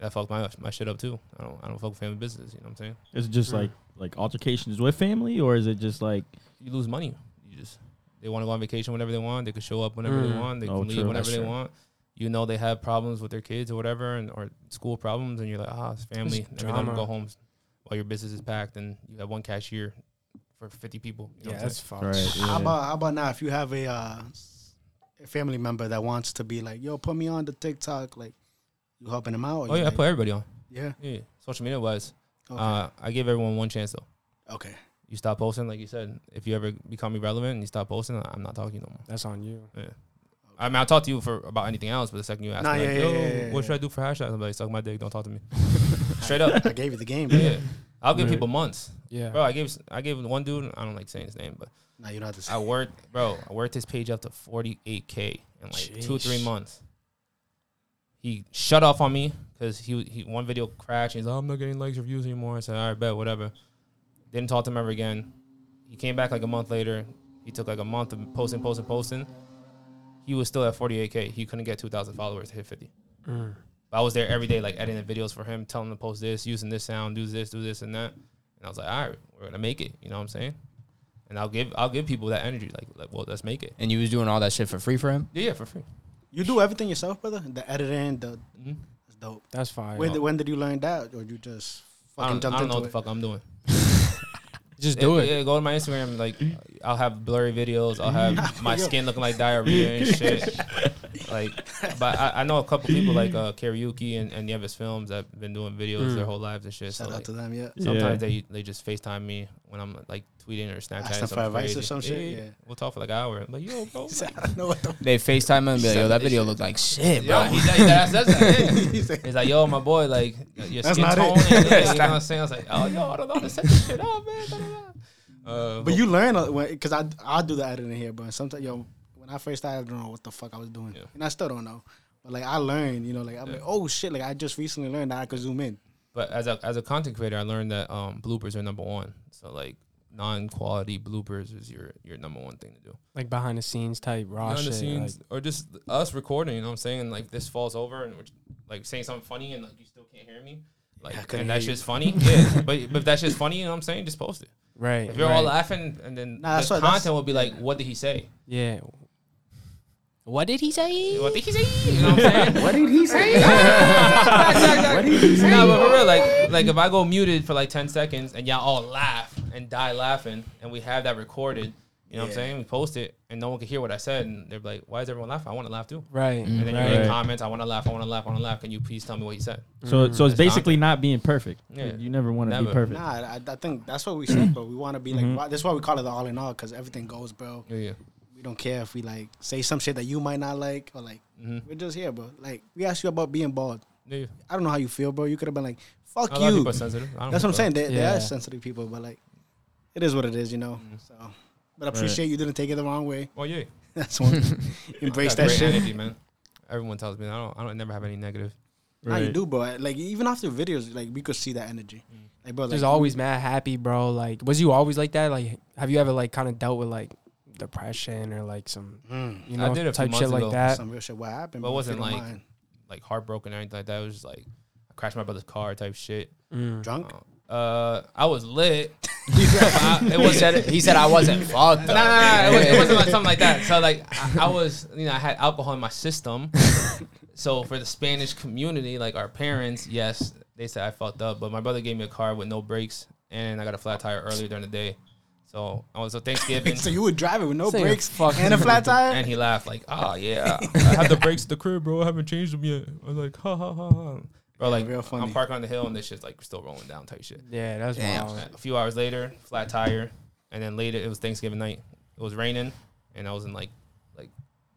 Speaker 5: that fucked my my shit up too. I don't I don't fuck with family business. You know what I'm saying?
Speaker 1: It's just
Speaker 2: Mm.
Speaker 1: like like altercations with family, or is it just like
Speaker 5: You lose money. You just they want to go on vacation whenever they want. They can show up whenever they
Speaker 2: Mm.
Speaker 5: want. They
Speaker 1: Oh,
Speaker 5: can leave
Speaker 1: true.
Speaker 5: whenever
Speaker 1: That's
Speaker 5: they
Speaker 1: true.
Speaker 5: want. You know they have problems with their kids or whatever, and or school problems, and you're like, ah, it's family. And every time you
Speaker 2: drama.
Speaker 5: go home, while your business is packed, and you have one cashier for 50 people. You know
Speaker 2: Yeah,
Speaker 5: what I'm
Speaker 2: that's
Speaker 5: saying?
Speaker 2: fucked.
Speaker 1: right?
Speaker 6: How
Speaker 1: yeah.
Speaker 6: about how about now? If you have a, uh, a family member that wants to be like, yo, put me on the TikTok, like you helping them out? or
Speaker 5: oh
Speaker 6: you
Speaker 5: yeah, I
Speaker 6: like,
Speaker 5: put everybody on.
Speaker 6: yeah.
Speaker 5: Yeah, social media wise,
Speaker 6: Okay.
Speaker 5: uh, I give everyone one chance though.
Speaker 6: okay.
Speaker 5: You stop posting, like you said. If you ever become irrelevant and you stop posting, I'm not talking no more.
Speaker 2: That's on you.
Speaker 5: I mean, I'll talk to you for about anything else, but the second you ask
Speaker 6: Nah,
Speaker 5: me, like,
Speaker 6: yeah, yeah,
Speaker 5: "Yo,
Speaker 6: yeah, yeah,
Speaker 5: what should I do for hashtags? I'm like, suck my dick. Don't talk to me. Straight up.
Speaker 6: I gave you the game.
Speaker 5: Yeah.
Speaker 6: bro.
Speaker 5: I'll give people months.
Speaker 2: Yeah.
Speaker 5: Bro, I gave I gave one dude, I don't like saying his name, but
Speaker 6: Now you don't have to say.
Speaker 5: I worked, bro, I worked his page up to 48K in like two,
Speaker 2: Jeez.
Speaker 5: three months. He shut off on me because he, he one video crashed. He's like, I'm not getting likes or views anymore. I said, all right, bet, whatever. Didn't talk to him ever again. He came back like a month later. He took like a month of posting, posting, posting. He was still at 48K. He couldn't get 2,000 followers to hit 50.
Speaker 2: Mm.
Speaker 5: But I was there every day, like editing videos for him, telling him to post this, using this sound, do this, do this, and that. And I was like, all right, we're gonna make it. You know what I'm saying? And I'll give I'll give people that energy, like, like well, let's make it.
Speaker 3: And you was doing all that shit for free for him.
Speaker 5: Yeah, yeah, for free.
Speaker 6: You do everything yourself, brother. The editing, the
Speaker 5: Mhm.
Speaker 6: that's dope.
Speaker 2: That's fire.
Speaker 6: When did, when did you learn that, or you just
Speaker 5: I
Speaker 6: fucking
Speaker 5: don't,
Speaker 6: jumped
Speaker 5: I don't know
Speaker 6: into
Speaker 5: what the
Speaker 6: it?
Speaker 5: fuck I'm doing.
Speaker 2: Just do it.
Speaker 5: Yeah, go to my Instagram. Like, I'll have blurry videos. I'll
Speaker 6: [LAUGHS]
Speaker 5: have my skin looking like diarrhea and shit. Like, but I, I know a couple people like uh, Karaoke and, and Nieves Films that've been doing videos
Speaker 2: Mm.
Speaker 5: their whole lives and shit.
Speaker 6: Shout
Speaker 5: so
Speaker 6: out
Speaker 5: like,
Speaker 6: to them, yeah.
Speaker 5: Sometimes
Speaker 1: Yeah.
Speaker 5: they they just Facetime me when I'm like tweeting or Snapchatting.
Speaker 6: them for
Speaker 5: something
Speaker 6: advice or
Speaker 5: crazy.
Speaker 6: some shit, yeah.
Speaker 5: We'll talk for like an hour. I'm like, yo,
Speaker 6: [LAUGHS]
Speaker 5: bro.
Speaker 6: I don't know what the
Speaker 3: They Facetime him and be like, "Yo, that video looked like shit,
Speaker 5: Yo,
Speaker 3: bro."
Speaker 5: he, that, that, that's, that's
Speaker 6: He [LAUGHS] said-
Speaker 5: He's like, yo, my boy, like your
Speaker 6: That's
Speaker 5: skin
Speaker 6: not it. [LAUGHS]
Speaker 5: tone. and- and- you know what I'm saying? I was like, oh, yo, I don't know how to set this shit up, man. da, da, da. Uh,
Speaker 6: But you learn because I I do the editing here, but sometimes yo, when I first started, I don't know what the fuck I was doing,
Speaker 5: Yeah.
Speaker 6: and I still don't know. But like I learned, you know, like I'm like, oh shit, like I just recently learned that I could zoom in.
Speaker 5: But as a as a content creator, I learned that um, bloopers are number one. So like non quality bloopers is your your number one thing to do.
Speaker 2: Like behind the scenes type raw
Speaker 5: behind
Speaker 2: shit.
Speaker 5: the scenes or just us recording. You know what I'm saying? And like this falls over and we're just, like saying something funny and like you still can't hear me. Like
Speaker 6: I couldn't
Speaker 5: and that's
Speaker 6: hear you.
Speaker 5: just
Speaker 6: [LAUGHS]
Speaker 5: funny. yeah, but but if that's just funny. You know what I'm saying? Just post it.
Speaker 2: like, right.
Speaker 5: If you're
Speaker 2: right.
Speaker 5: all laughing and then
Speaker 6: Nah, that's
Speaker 5: the
Speaker 6: what- that's-
Speaker 5: content will be like, what did he say?
Speaker 2: yeah.
Speaker 4: What did he say?
Speaker 5: What did he say? You know what
Speaker 6: [LAUGHS]
Speaker 5: I'm saying?
Speaker 6: What did he say?
Speaker 5: nah, but for real, like, like if I go muted for like 10 seconds and y'all all laugh and die laughing and we have that recorded, you know what I'm saying? We post it and no one can hear what I said and they're like, why is everyone laughing? I want to laugh too.
Speaker 4: Right.
Speaker 5: And then you
Speaker 1: Right.
Speaker 5: make comments, I want to laugh, I want to laugh, I want to laugh. Can you please tell me what you said?
Speaker 1: So,
Speaker 6: Mm-hmm.
Speaker 1: so it's
Speaker 5: It's
Speaker 1: basically not being perfect.
Speaker 5: Yeah.
Speaker 1: You never want to be
Speaker 5: Never.
Speaker 1: perfect.
Speaker 6: Nah, I, I think that's what we said, bro. We want to be like, why- that's why we call it the all in all, because everything goes, bro.
Speaker 5: Yeah, yeah.
Speaker 6: We don't care if we like say some shit that you might not like, or like,
Speaker 5: Mm-hmm.
Speaker 6: we're just here, bro. Like, we asked you about being bald.
Speaker 5: yeah, yeah.
Speaker 6: I don't know how you feel, bro. You could have been like, fuck
Speaker 5: A lot of
Speaker 6: you.
Speaker 5: people are sensitive. I don't
Speaker 6: That's what I'm
Speaker 5: think
Speaker 6: saying. They, they
Speaker 4: Yeah.
Speaker 6: are sensitive people, but like, it is what it is, you know? So, but I appreciate you didn't take it the wrong way. [LAUGHS]
Speaker 5: so. Oh, Mm. yeah.
Speaker 6: That's one. Embrace
Speaker 5: Got
Speaker 6: that
Speaker 5: great
Speaker 6: shit.
Speaker 5: energy, man. Everyone tells me that. I don't, I don't never have any negative.
Speaker 6: Nah, you do, bro. Like, even after videos, like, we could see that energy.
Speaker 5: Mm.
Speaker 6: Like, bro, like,
Speaker 4: Just always mad happy, bro. Like, was you always like that? Like, have you ever like kind of dealt with like depression or like some, you
Speaker 5: I
Speaker 4: know,
Speaker 5: did a few
Speaker 4: type shit
Speaker 5: months ago.
Speaker 4: like that?
Speaker 6: mm, some real shit. What happened?
Speaker 5: But
Speaker 6: bro,
Speaker 5: it
Speaker 6: if
Speaker 5: wasn't
Speaker 6: you don't
Speaker 5: like
Speaker 6: mind?
Speaker 5: like heartbroken or anything like that. It was just like I crashed my brother's car type shit. Oh.
Speaker 6: drunk?
Speaker 5: [LAUGHS]
Speaker 6: [LAUGHS]
Speaker 5: Uh, I was lit. [LAUGHS] I-
Speaker 3: [LAUGHS]
Speaker 5: it
Speaker 3: He
Speaker 5: was
Speaker 3: said, he said I wasn't fucked.
Speaker 5: Nah,
Speaker 3: up.
Speaker 5: nah, nah, it, was, it wasn't like something like that. [LAUGHS] So like I, I was, you know, I had alcohol in my system. [LAUGHS] so for the Spanish community, like our parents, yes, they said I fucked up. But my brother gave me a car with no brakes, and I got a flat tire earlier during the day. So I was [LAUGHS] so Thanksgiving,
Speaker 6: So you would drive it with no
Speaker 4: This ain't
Speaker 6: brakes
Speaker 4: fucking- [LAUGHS]
Speaker 6: and a flat tire?
Speaker 5: and he laughed like, "Oh yeah, [LAUGHS] I have the brakes at the crib, bro. I haven't changed them yet." I was like, "Ha ha ha." ha. Bro, like
Speaker 6: real funny.
Speaker 5: I'm parking on the hill and this shit's like still rolling down type shit.
Speaker 4: Yeah, that's
Speaker 3: Damn.
Speaker 4: wild.
Speaker 5: Uh, A few hours later, flat tire, and then later it was Thanksgiving night. It was raining, and I was in like, like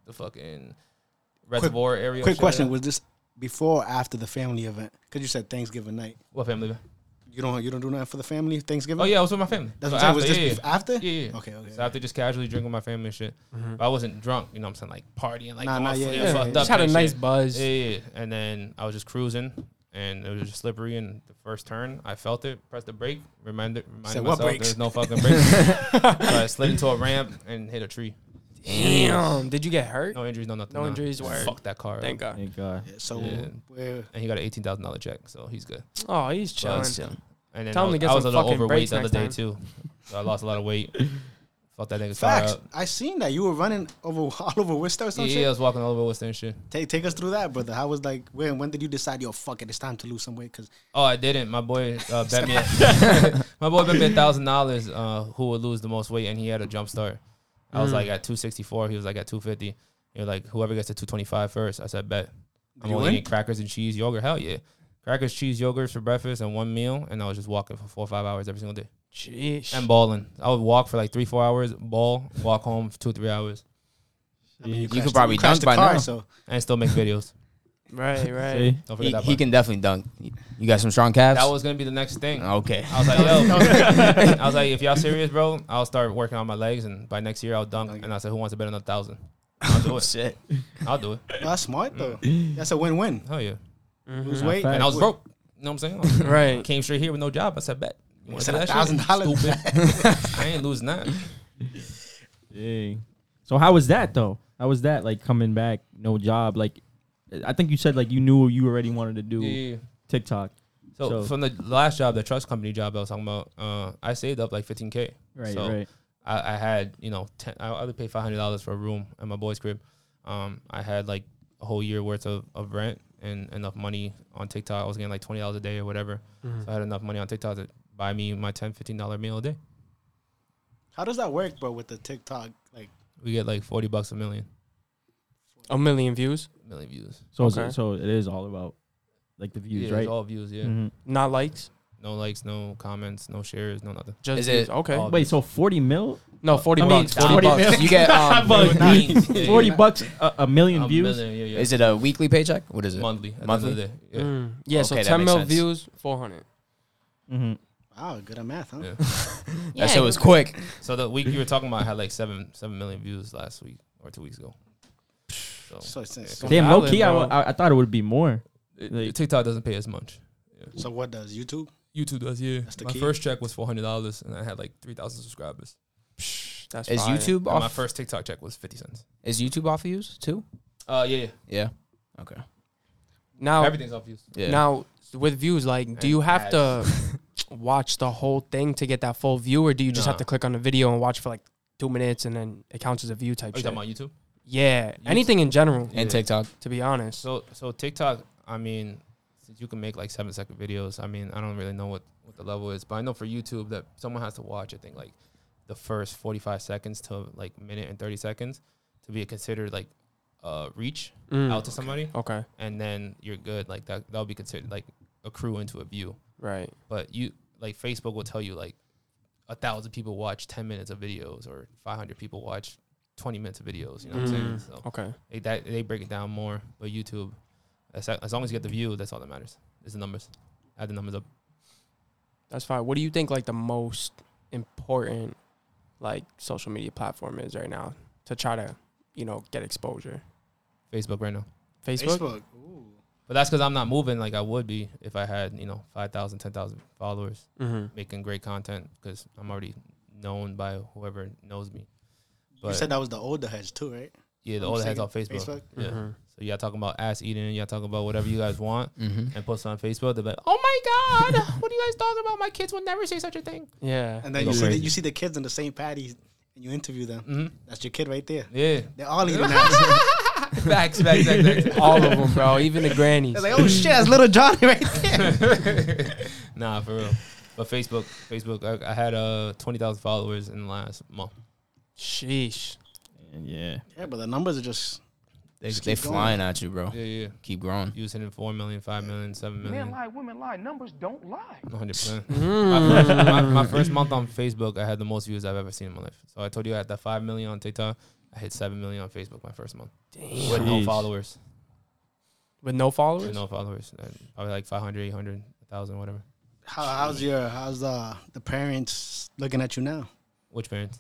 Speaker 5: the fucking reservoir area.
Speaker 6: Quick
Speaker 5: shit.
Speaker 6: question: Was this before or after the family event? Because you said Thanksgiving night.
Speaker 5: What family?
Speaker 6: You don't you don't do nothing for the family Thanksgiving.
Speaker 5: Oh yeah, I was with my family.
Speaker 6: that's
Speaker 5: So
Speaker 6: what I'm saying. Was
Speaker 5: after-
Speaker 6: this
Speaker 5: yeah, yeah. Yeah, yeah,
Speaker 6: bef- after?
Speaker 5: yeah.
Speaker 6: Okay, okay.
Speaker 5: So after just casually drinking with my family and shit, but I wasn't drunk. You know what I'm saying? Like partying, like
Speaker 6: Nah,
Speaker 5: all
Speaker 6: nah,
Speaker 5: fu-
Speaker 6: yeah,
Speaker 5: yeah,
Speaker 6: yeah,
Speaker 5: fucked up.
Speaker 6: yeah.
Speaker 4: Just had a
Speaker 5: and
Speaker 4: nice
Speaker 5: shit.
Speaker 4: buzz.
Speaker 5: Yeah, yeah, yeah. And then I was just cruising, and it was just slippery. And the first turn, I felt it. Pressed the brake. Reminded, reminded
Speaker 6: Said, "What
Speaker 5: myself
Speaker 6: brakes?"
Speaker 5: there's no fucking brake. so
Speaker 6: [LAUGHS]
Speaker 5: I slid into a ramp and hit a tree.
Speaker 4: Damn. Did you get hurt?
Speaker 5: No injuries, no nothing.
Speaker 4: No
Speaker 5: nah.
Speaker 4: injuries, word.
Speaker 5: Fuck that car. up.
Speaker 2: Thank God.
Speaker 1: Thank God.
Speaker 6: So
Speaker 5: Yeah.
Speaker 6: we're
Speaker 5: And he got an eighteen thousand dollar check, so he's good.
Speaker 4: Oh, he's
Speaker 5: Well,
Speaker 4: chilling.
Speaker 5: it's And then
Speaker 4: Tell
Speaker 5: I
Speaker 4: him
Speaker 5: was,
Speaker 4: to get
Speaker 5: I was
Speaker 4: some
Speaker 5: a little
Speaker 4: fucking
Speaker 5: overweight
Speaker 4: brakes
Speaker 5: the other
Speaker 4: next
Speaker 5: day
Speaker 4: time.
Speaker 5: too, so I lost a lot of weight. Fuck that nigga's car
Speaker 6: facts.
Speaker 5: up.
Speaker 6: I seen that you were running over [LAUGHS] all over Worcester or
Speaker 5: Yeah,
Speaker 6: some
Speaker 5: yeah, I
Speaker 6: shit.
Speaker 5: was walking all over Western shit.
Speaker 6: Take take us through that, brother. How was like when when did you decide yo fuck it, it's time to lose some weight? Because
Speaker 5: Oh, I didn't. My boy uh,
Speaker 3: [LAUGHS]
Speaker 5: bet me. A, my boy bet me a thousand dollars. uh, Who would lose the most weight? And he had a jump start. I was
Speaker 3: Mm.
Speaker 5: like at two sixty four. He was like at two fifty. You're like whoever gets to 225 first. I said bet. I'm
Speaker 6: you
Speaker 5: only
Speaker 6: win?
Speaker 5: eating crackers and cheese yogurt. Hell yeah, crackers, cheese, yogurt for breakfast and one meal. And I was just walking for four or five hours every single day.
Speaker 4: Sheesh.
Speaker 5: and balling. I would walk for like three, four hours, ball, walk home for two, three hours,
Speaker 6: I mean,
Speaker 3: You
Speaker 6: crashed-
Speaker 3: could probably
Speaker 6: crashed
Speaker 3: dunk
Speaker 6: the
Speaker 3: by
Speaker 6: car,
Speaker 3: now.
Speaker 6: so
Speaker 5: and still make videos.
Speaker 4: Right,
Speaker 5: [LAUGHS]
Speaker 4: right.
Speaker 1: See?
Speaker 5: Don't forget
Speaker 3: He,
Speaker 5: that.
Speaker 3: he
Speaker 5: part.
Speaker 3: can definitely dunk. You got some strong calves.
Speaker 5: that was gonna be the next thing.
Speaker 3: okay.
Speaker 5: I was
Speaker 3: [LAUGHS]
Speaker 5: like, [LAUGHS] yo, I was like, if y'all serious, bro, I'll start working on my legs, and by next year I'll dunk. And I said, who wants to bet on a thousand? I'll [LAUGHS] do it.
Speaker 3: oh, Shit.
Speaker 5: I'll do it.
Speaker 6: that's smart though. That's a win win.
Speaker 5: Hell yeah.
Speaker 6: Lose weight.
Speaker 5: And I was
Speaker 6: Wait,
Speaker 5: broke. You know what I'm saying? I
Speaker 4: Mm-hmm.
Speaker 5: [LAUGHS]
Speaker 4: Right.
Speaker 5: came straight here with no job. I said, bet. You wanna
Speaker 6: Said
Speaker 5: do
Speaker 6: a
Speaker 5: that shit?
Speaker 6: thousand dollars.
Speaker 5: Stupid. [LAUGHS] I ain't losing that.
Speaker 1: Dang. So how was that though? How was that like coming back, no job? Like, I think you said like you knew you already wanted to do
Speaker 5: Yeah.
Speaker 1: TikTok.
Speaker 5: So,
Speaker 1: So-
Speaker 5: from the last job, the trust company job I was talking about, uh, I saved up like 15k.
Speaker 1: Right,
Speaker 5: So
Speaker 1: right.
Speaker 5: I, I had you know ten, I, I would pay five hundred dollars for a room at my boy's crib. Um, I had like a whole year worth of, of rent and enough money on TikTok. I was getting like twenty dollars a day or whatever. So I had enough money on TikTok to buy me my 10 15 dollar meal a day.
Speaker 6: How does that work, bro? With the TikTok, like
Speaker 5: We get like forty bucks a million
Speaker 4: A million views,
Speaker 5: million views.
Speaker 1: So it's-
Speaker 4: Okay.
Speaker 1: so it is all about like the views,
Speaker 5: yeah,
Speaker 1: right?
Speaker 5: It's all views. Yeah.
Speaker 1: Mhm.
Speaker 4: not likes.
Speaker 5: No likes, no comments, no shares, no nothing.
Speaker 4: Just
Speaker 3: Is
Speaker 4: views.
Speaker 3: it-
Speaker 4: okay?
Speaker 5: Oh,
Speaker 1: Wait, so forty mil,
Speaker 4: no, forty
Speaker 1: I mean,
Speaker 4: bucks.
Speaker 1: 40
Speaker 4: 40 bucks.
Speaker 1: million. [LAUGHS]
Speaker 3: You get um,
Speaker 5: Beans, yeah,
Speaker 1: forty
Speaker 5: yeah.
Speaker 1: bucks, a, a million
Speaker 5: A
Speaker 1: views.
Speaker 5: million, yeah, yeah.
Speaker 3: Is it a weekly paycheck? What is it?
Speaker 5: monthly? at the end of
Speaker 3: Monthly?
Speaker 5: the day, yeah.
Speaker 4: Mm. Yeah, so
Speaker 3: Okay, that
Speaker 4: ten
Speaker 3: makes
Speaker 4: mil
Speaker 3: sense.
Speaker 4: views, four hundred.
Speaker 1: Mhm.
Speaker 6: wow, good at math, huh?
Speaker 5: Yeah.
Speaker 3: That shit was quick.
Speaker 5: So the week you were talking about had like seven seven million views last week or two weeks ago. So,
Speaker 6: So it's,
Speaker 5: Yeah.
Speaker 1: Damn,
Speaker 4: Valid,
Speaker 1: low key, I,
Speaker 4: bro.
Speaker 1: wa- I I thought it would be more.
Speaker 5: it-
Speaker 1: Like-
Speaker 5: TikTok doesn't pay as much.
Speaker 6: so what does YouTube?
Speaker 5: YouTube does, yeah.
Speaker 6: That's the
Speaker 5: my
Speaker 6: key.
Speaker 5: first check was four hundred dollars, and I had like three thousand subscribers.
Speaker 4: That's
Speaker 3: Is
Speaker 4: fire.
Speaker 3: YouTube
Speaker 5: And my
Speaker 3: off?
Speaker 5: first TikTok check was fifty cents.
Speaker 3: Is YouTube off views too?
Speaker 5: Uh, yeah, yeah.
Speaker 3: Yeah. Okay.
Speaker 4: now?
Speaker 5: everything's off views.
Speaker 3: Yeah.
Speaker 4: Now with views, like, do
Speaker 5: And
Speaker 4: you have to watch the whole thing to get that full view, or do you just have
Speaker 5: Nah.
Speaker 4: to click on the video and watch for like two minutes and then it counts as a view type
Speaker 5: Are Oh, you
Speaker 4: shit?
Speaker 5: talking about YouTube?
Speaker 2: Yeah, anything in general,
Speaker 5: [LAUGHS]
Speaker 3: and TikTok.
Speaker 2: to be honest.
Speaker 5: So so TikTok, I mean, since you can make like seven second videos, I mean, I don't really know what what the level is, but I know for YouTube that someone has to watch. I think like the first forty five seconds to like minute and thirty seconds to be considered like uh reach
Speaker 4: Hmm.
Speaker 2: Mm,
Speaker 5: out to somebody,
Speaker 2: okay,
Speaker 5: and then you're good. Like that that'll be considered like accrue into a view.
Speaker 2: right.
Speaker 5: But you like Facebook will tell you like a thousand people watch ten minutes of videos or five hundred people watch twenty minutes of videos. You know what I'm saying?
Speaker 2: Mm,
Speaker 5: So
Speaker 2: Okay,
Speaker 5: they, that, they break it down more. But YouTube, as, as long as you get the view, that's all that matters. Is the numbers. Add the numbers up.
Speaker 2: that's fine. What do you think like the most important like social media platform is right now to try to you know get exposure?
Speaker 5: Facebook right now.
Speaker 2: Facebook.
Speaker 6: Ooh.
Speaker 5: But that's because I'm not moving like I would be if I had, you know, 5,000, 10,000 followers
Speaker 2: Mm-hmm.
Speaker 5: making great content because I'm already known by whoever knows me. But
Speaker 6: You said that was the older heads too, right?
Speaker 5: yeah, the
Speaker 6: I'm
Speaker 5: older heads
Speaker 6: saying
Speaker 5: on Facebook.
Speaker 6: Facebook? Mm-hmm.
Speaker 5: Yeah.
Speaker 2: Mhm.
Speaker 5: So y'all talking about ass eating, y'all talking about whatever you guys want
Speaker 3: Mm-hmm.
Speaker 5: and post it on Facebook. They're like, oh my God, what are you guys talking about? My kids will never say such a thing.
Speaker 2: Yeah.
Speaker 6: And then
Speaker 5: Go
Speaker 6: you see, the,
Speaker 5: crazy.
Speaker 6: you see the kids in the same patties and you interview them.
Speaker 5: hmm
Speaker 6: That's your kid right there.
Speaker 5: Yeah.
Speaker 6: They're all
Speaker 5: [LAUGHS]
Speaker 6: eating ass.
Speaker 5: Facts, facts, facts, facts. [LAUGHS]
Speaker 2: All of them, bro. Even the grannies.
Speaker 6: [LAUGHS] They're like, oh shit, that's little Johnny right there. [LAUGHS]
Speaker 5: nah, for real. But Facebook, Facebook, I, I had uh twenty thousand followers in the last month.
Speaker 2: Sheesh.
Speaker 1: And yeah.
Speaker 6: yeah, but the numbers are just
Speaker 3: They,
Speaker 6: Just
Speaker 3: they
Speaker 6: keep going.
Speaker 3: flying at you, bro.
Speaker 5: Yeah, yeah.
Speaker 3: Keep growing.
Speaker 5: You was hitting four million, five million, seven
Speaker 7: Men
Speaker 5: million.
Speaker 7: lie, women lie. Numbers don't lie.
Speaker 5: One
Speaker 1: [LAUGHS]
Speaker 5: hundred percent.
Speaker 2: Mm.
Speaker 5: My first- my- my first month on Facebook, I had the most views I've ever seen in my life. So I told you I had the five million on TikTok. I hit seven million on Facebook my first month with no
Speaker 1: Jeez.
Speaker 5: followers.
Speaker 2: With no followers?
Speaker 5: With no followers. And Probably like 500, 800, 1,000, whatever.
Speaker 6: how, how's your how's uh the parents looking at you now?
Speaker 5: Which parents?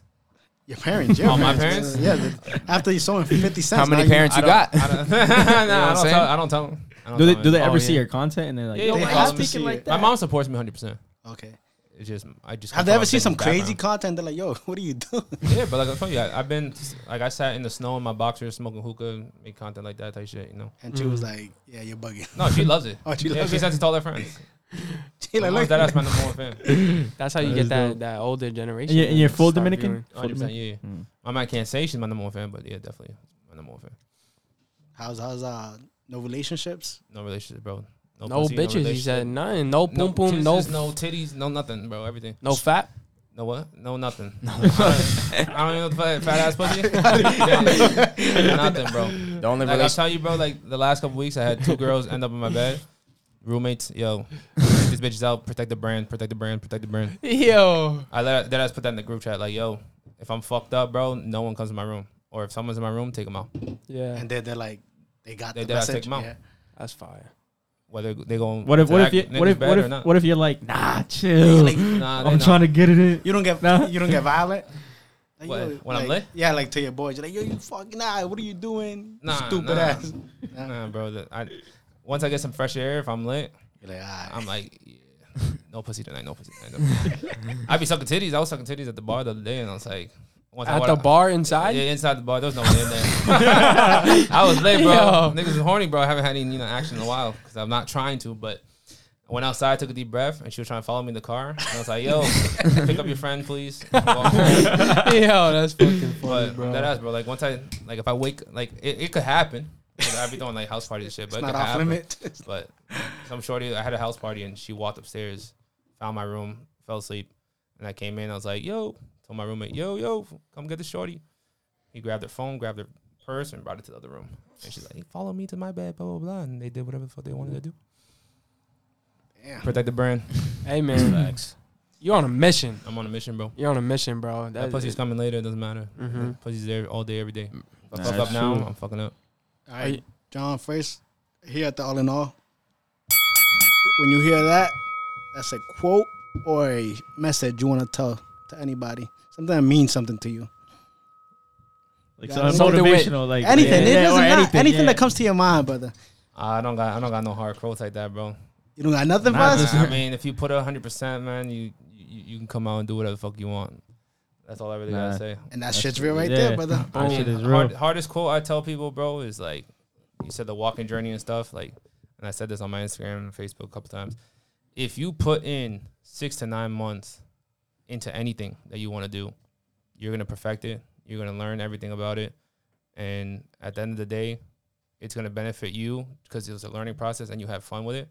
Speaker 6: Your parents, your
Speaker 5: Oh, my parents?
Speaker 6: Yeah, the- after you sold him for fifty cents.
Speaker 3: How
Speaker 6: now
Speaker 3: many
Speaker 6: you-
Speaker 3: parents
Speaker 5: I
Speaker 3: you
Speaker 5: don't-
Speaker 3: got?
Speaker 5: I don't, [LAUGHS] Nah, I,
Speaker 3: I'm
Speaker 5: don't
Speaker 3: saying?
Speaker 5: tell, I don't tell them. I don't
Speaker 1: Do they
Speaker 5: tell
Speaker 1: do they
Speaker 5: them.
Speaker 1: ever
Speaker 5: Oh,
Speaker 1: see
Speaker 5: yeah.
Speaker 1: your content and they're like,
Speaker 5: Yeah,
Speaker 1: yo,
Speaker 5: yeah,
Speaker 1: my
Speaker 5: they
Speaker 1: mom's
Speaker 5: have to
Speaker 1: thinking
Speaker 6: see
Speaker 1: like
Speaker 6: it.
Speaker 1: that?
Speaker 5: My mom supports me 100%.
Speaker 6: Okay.
Speaker 5: It's just I just
Speaker 6: Have
Speaker 5: come
Speaker 6: they
Speaker 5: from
Speaker 6: ever
Speaker 5: a
Speaker 6: seen some
Speaker 5: business
Speaker 6: crazy
Speaker 5: background.
Speaker 6: content? They're like, yo, [LAUGHS] what are you doing?
Speaker 5: yeah, but like I told you, I, I've been like I sat in the snow in my boxers smoking hookah, make content like that type shit. You know,
Speaker 6: And she was
Speaker 3: Mm.
Speaker 6: like, yeah, you're bugging.
Speaker 5: no, she loves it.
Speaker 6: Oh, [LAUGHS] she
Speaker 5: yeah,
Speaker 6: loves
Speaker 5: she
Speaker 6: it.
Speaker 5: sends it to all her
Speaker 6: [LAUGHS]
Speaker 5: friends.
Speaker 6: She
Speaker 5: My mom's
Speaker 6: like, look,
Speaker 5: that ass my number one
Speaker 6: [LAUGHS]
Speaker 5: fan.
Speaker 2: That's how you
Speaker 1: That
Speaker 2: get
Speaker 1: is
Speaker 2: that,
Speaker 1: dope.
Speaker 2: that older generation.
Speaker 1: And you're, and you're full
Speaker 2: Start
Speaker 1: Dominican?
Speaker 2: viewing.
Speaker 1: Full
Speaker 5: 100. percent
Speaker 1: Dominican?
Speaker 5: Yeah, yeah.
Speaker 1: Mm.
Speaker 5: I might can't say she's my number one fan, but yeah, definitely my number one fan.
Speaker 6: how's how's uh no relationships?
Speaker 5: No relationship, bro.
Speaker 2: No
Speaker 5: pussy,
Speaker 2: bitches. he said
Speaker 5: relationship.
Speaker 2: nothing. No
Speaker 5: No
Speaker 2: poom poom. No
Speaker 5: kisses, no titties, no nothing, bro. Everything.
Speaker 2: no fat.
Speaker 5: No what? [LAUGHS] No nothing. I don't I don't even know the fat, fat ass
Speaker 6: [LAUGHS]
Speaker 5: pussy. Yeah. nothing, bro.
Speaker 3: The only
Speaker 5: Like I
Speaker 3: relationship.
Speaker 5: tell you, bro, like the last couple weeks, I had two girls end up in my bed. Roommates, yo, this bitch is out. Protect the brand, protect the brand, protect the brand.
Speaker 2: Yo.
Speaker 5: I let that I put that in the group chat. Like, yo, if I'm fucked up, bro, no one comes to my room. Or if someone's in my room, take them out.
Speaker 2: Yeah.
Speaker 6: And then they're like, they got
Speaker 5: They
Speaker 6: the
Speaker 5: did, I take
Speaker 6: message.
Speaker 5: them out.
Speaker 6: Yeah.
Speaker 2: That's fire.
Speaker 5: Whether they go.
Speaker 1: What if what if you what if what if what if you're like, nah, chill.
Speaker 5: [LAUGHS] Nah, they
Speaker 1: I'm
Speaker 5: not.
Speaker 1: trying to get it in.
Speaker 6: You don't get
Speaker 1: No.
Speaker 6: you don't get violent. Like,
Speaker 5: What,
Speaker 6: yo,
Speaker 5: when I'm
Speaker 6: like-
Speaker 5: lit?
Speaker 6: Yeah, like to your boys, you're like, yo, you fucking nah, what are you doing? you
Speaker 5: Nah,
Speaker 6: stupid
Speaker 5: nah.
Speaker 6: ass.
Speaker 5: Nah, bro. that- I, once I get some fresh air, if I'm lit,
Speaker 6: You're like, ah,
Speaker 5: I'm like, yeah, no pussy tonight, no pussy tonight. No pussy tonight. I be sucking titties. I was sucking titties at the bar the other day, and I was like, once I
Speaker 2: At
Speaker 5: walked
Speaker 2: the
Speaker 5: out-
Speaker 2: bar inside.
Speaker 5: Yeah, inside the bar. There was no one in there.
Speaker 2: [LAUGHS]
Speaker 5: I was late, bro.
Speaker 2: Yo.
Speaker 5: Niggas was horny, bro. I haven't had any you know action in a while because I'm not trying to. But I went outside, took a deep breath, and she was trying to follow me in the car. And I was like, "Yo, pick up your friend, please."
Speaker 2: [LAUGHS]
Speaker 5: but
Speaker 2: Yo, that's fucking funny, bro.
Speaker 5: that ass, bro. Like once I like, if I wake, like it, it could happen. 'Cause I'd be throwing like house parties and shit, but
Speaker 6: it's
Speaker 5: it
Speaker 6: not
Speaker 5: could
Speaker 6: off
Speaker 5: happen.
Speaker 6: limit. [LAUGHS]
Speaker 5: But some shorty, I had a house party and she walked upstairs, found my room, fell asleep, and I came in. I was like, "Yo," told my roommate, "Yo, yo, come get the shorty." He grabbed her phone, grabbed her purse, and brought it to the other room. And she's like, "Follow me to my bed," blah blah blah. And they did whatever the fuck they wanted to do.
Speaker 6: Damn.
Speaker 5: Protect the brand.
Speaker 2: Hey man,
Speaker 5: Facts.
Speaker 2: you're on a mission.
Speaker 5: I'm on a mission, bro.
Speaker 2: You're on a mission, bro.
Speaker 5: That
Speaker 2: That,
Speaker 5: pussy's coming later. It doesn't matter.
Speaker 4: Mm-hmm.
Speaker 2: Mhm.
Speaker 5: That pussy's there all day, every day. If I
Speaker 1: That's
Speaker 5: fuck up now,
Speaker 1: true.
Speaker 5: I'm fucking up.
Speaker 6: All right, John, first, here at the All in All, when you hear that, that's a quote or a message you want to tell to anybody. Something that means something to you.
Speaker 1: Like
Speaker 6: Yeah,
Speaker 1: so
Speaker 2: something with-
Speaker 1: motivational, like
Speaker 6: Anything.
Speaker 1: yeah,
Speaker 6: it
Speaker 1: yeah,
Speaker 6: doesn't
Speaker 1: or
Speaker 6: matter. anything
Speaker 1: yeah.
Speaker 6: that comes to your mind, brother.
Speaker 5: I don't got I don't got no hard quotes like that, bro.
Speaker 6: You don't got nothing
Speaker 1: Nah,
Speaker 6: for us?
Speaker 1: just-
Speaker 5: I mean, if you put hundred percent, man, you, you you can come out and do whatever the fuck you want. That's all I really
Speaker 1: Nah.
Speaker 5: gotta say.
Speaker 6: And that shit's real right
Speaker 1: yeah.
Speaker 6: there, brother.
Speaker 1: That shit is real.
Speaker 5: hard- hardest quote I tell people, bro, is like, you said the walking journey and stuff. Like, and I said this on my Instagram and Facebook a couple times. If you put in six to nine months into anything that you want to do, you're gonna perfect it. You're gonna learn everything about it, And at the end of the day, it's gonna benefit you because it was a learning process and you have fun with it.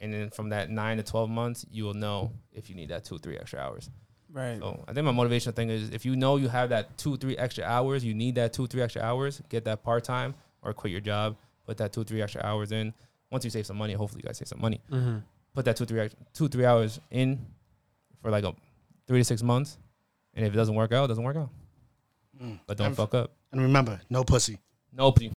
Speaker 5: And then from that nine to twelve months, you will know if you need that two three extra hours.
Speaker 2: Right.
Speaker 5: So I think my motivational thing is if you know you have that two, three extra hours, you need that two, three extra hours, get that part time or quit your job, put that two, three extra hours in. Once you save some money, hopefully you guys save some money.
Speaker 2: Mm-hmm.
Speaker 5: Put that two, three, ex- two, three hours in for like a three to six months, and if it doesn't work out, it doesn't work out. But don't
Speaker 6: I'm-
Speaker 5: fuck up.
Speaker 6: And remember, no pussy.
Speaker 5: Nobody.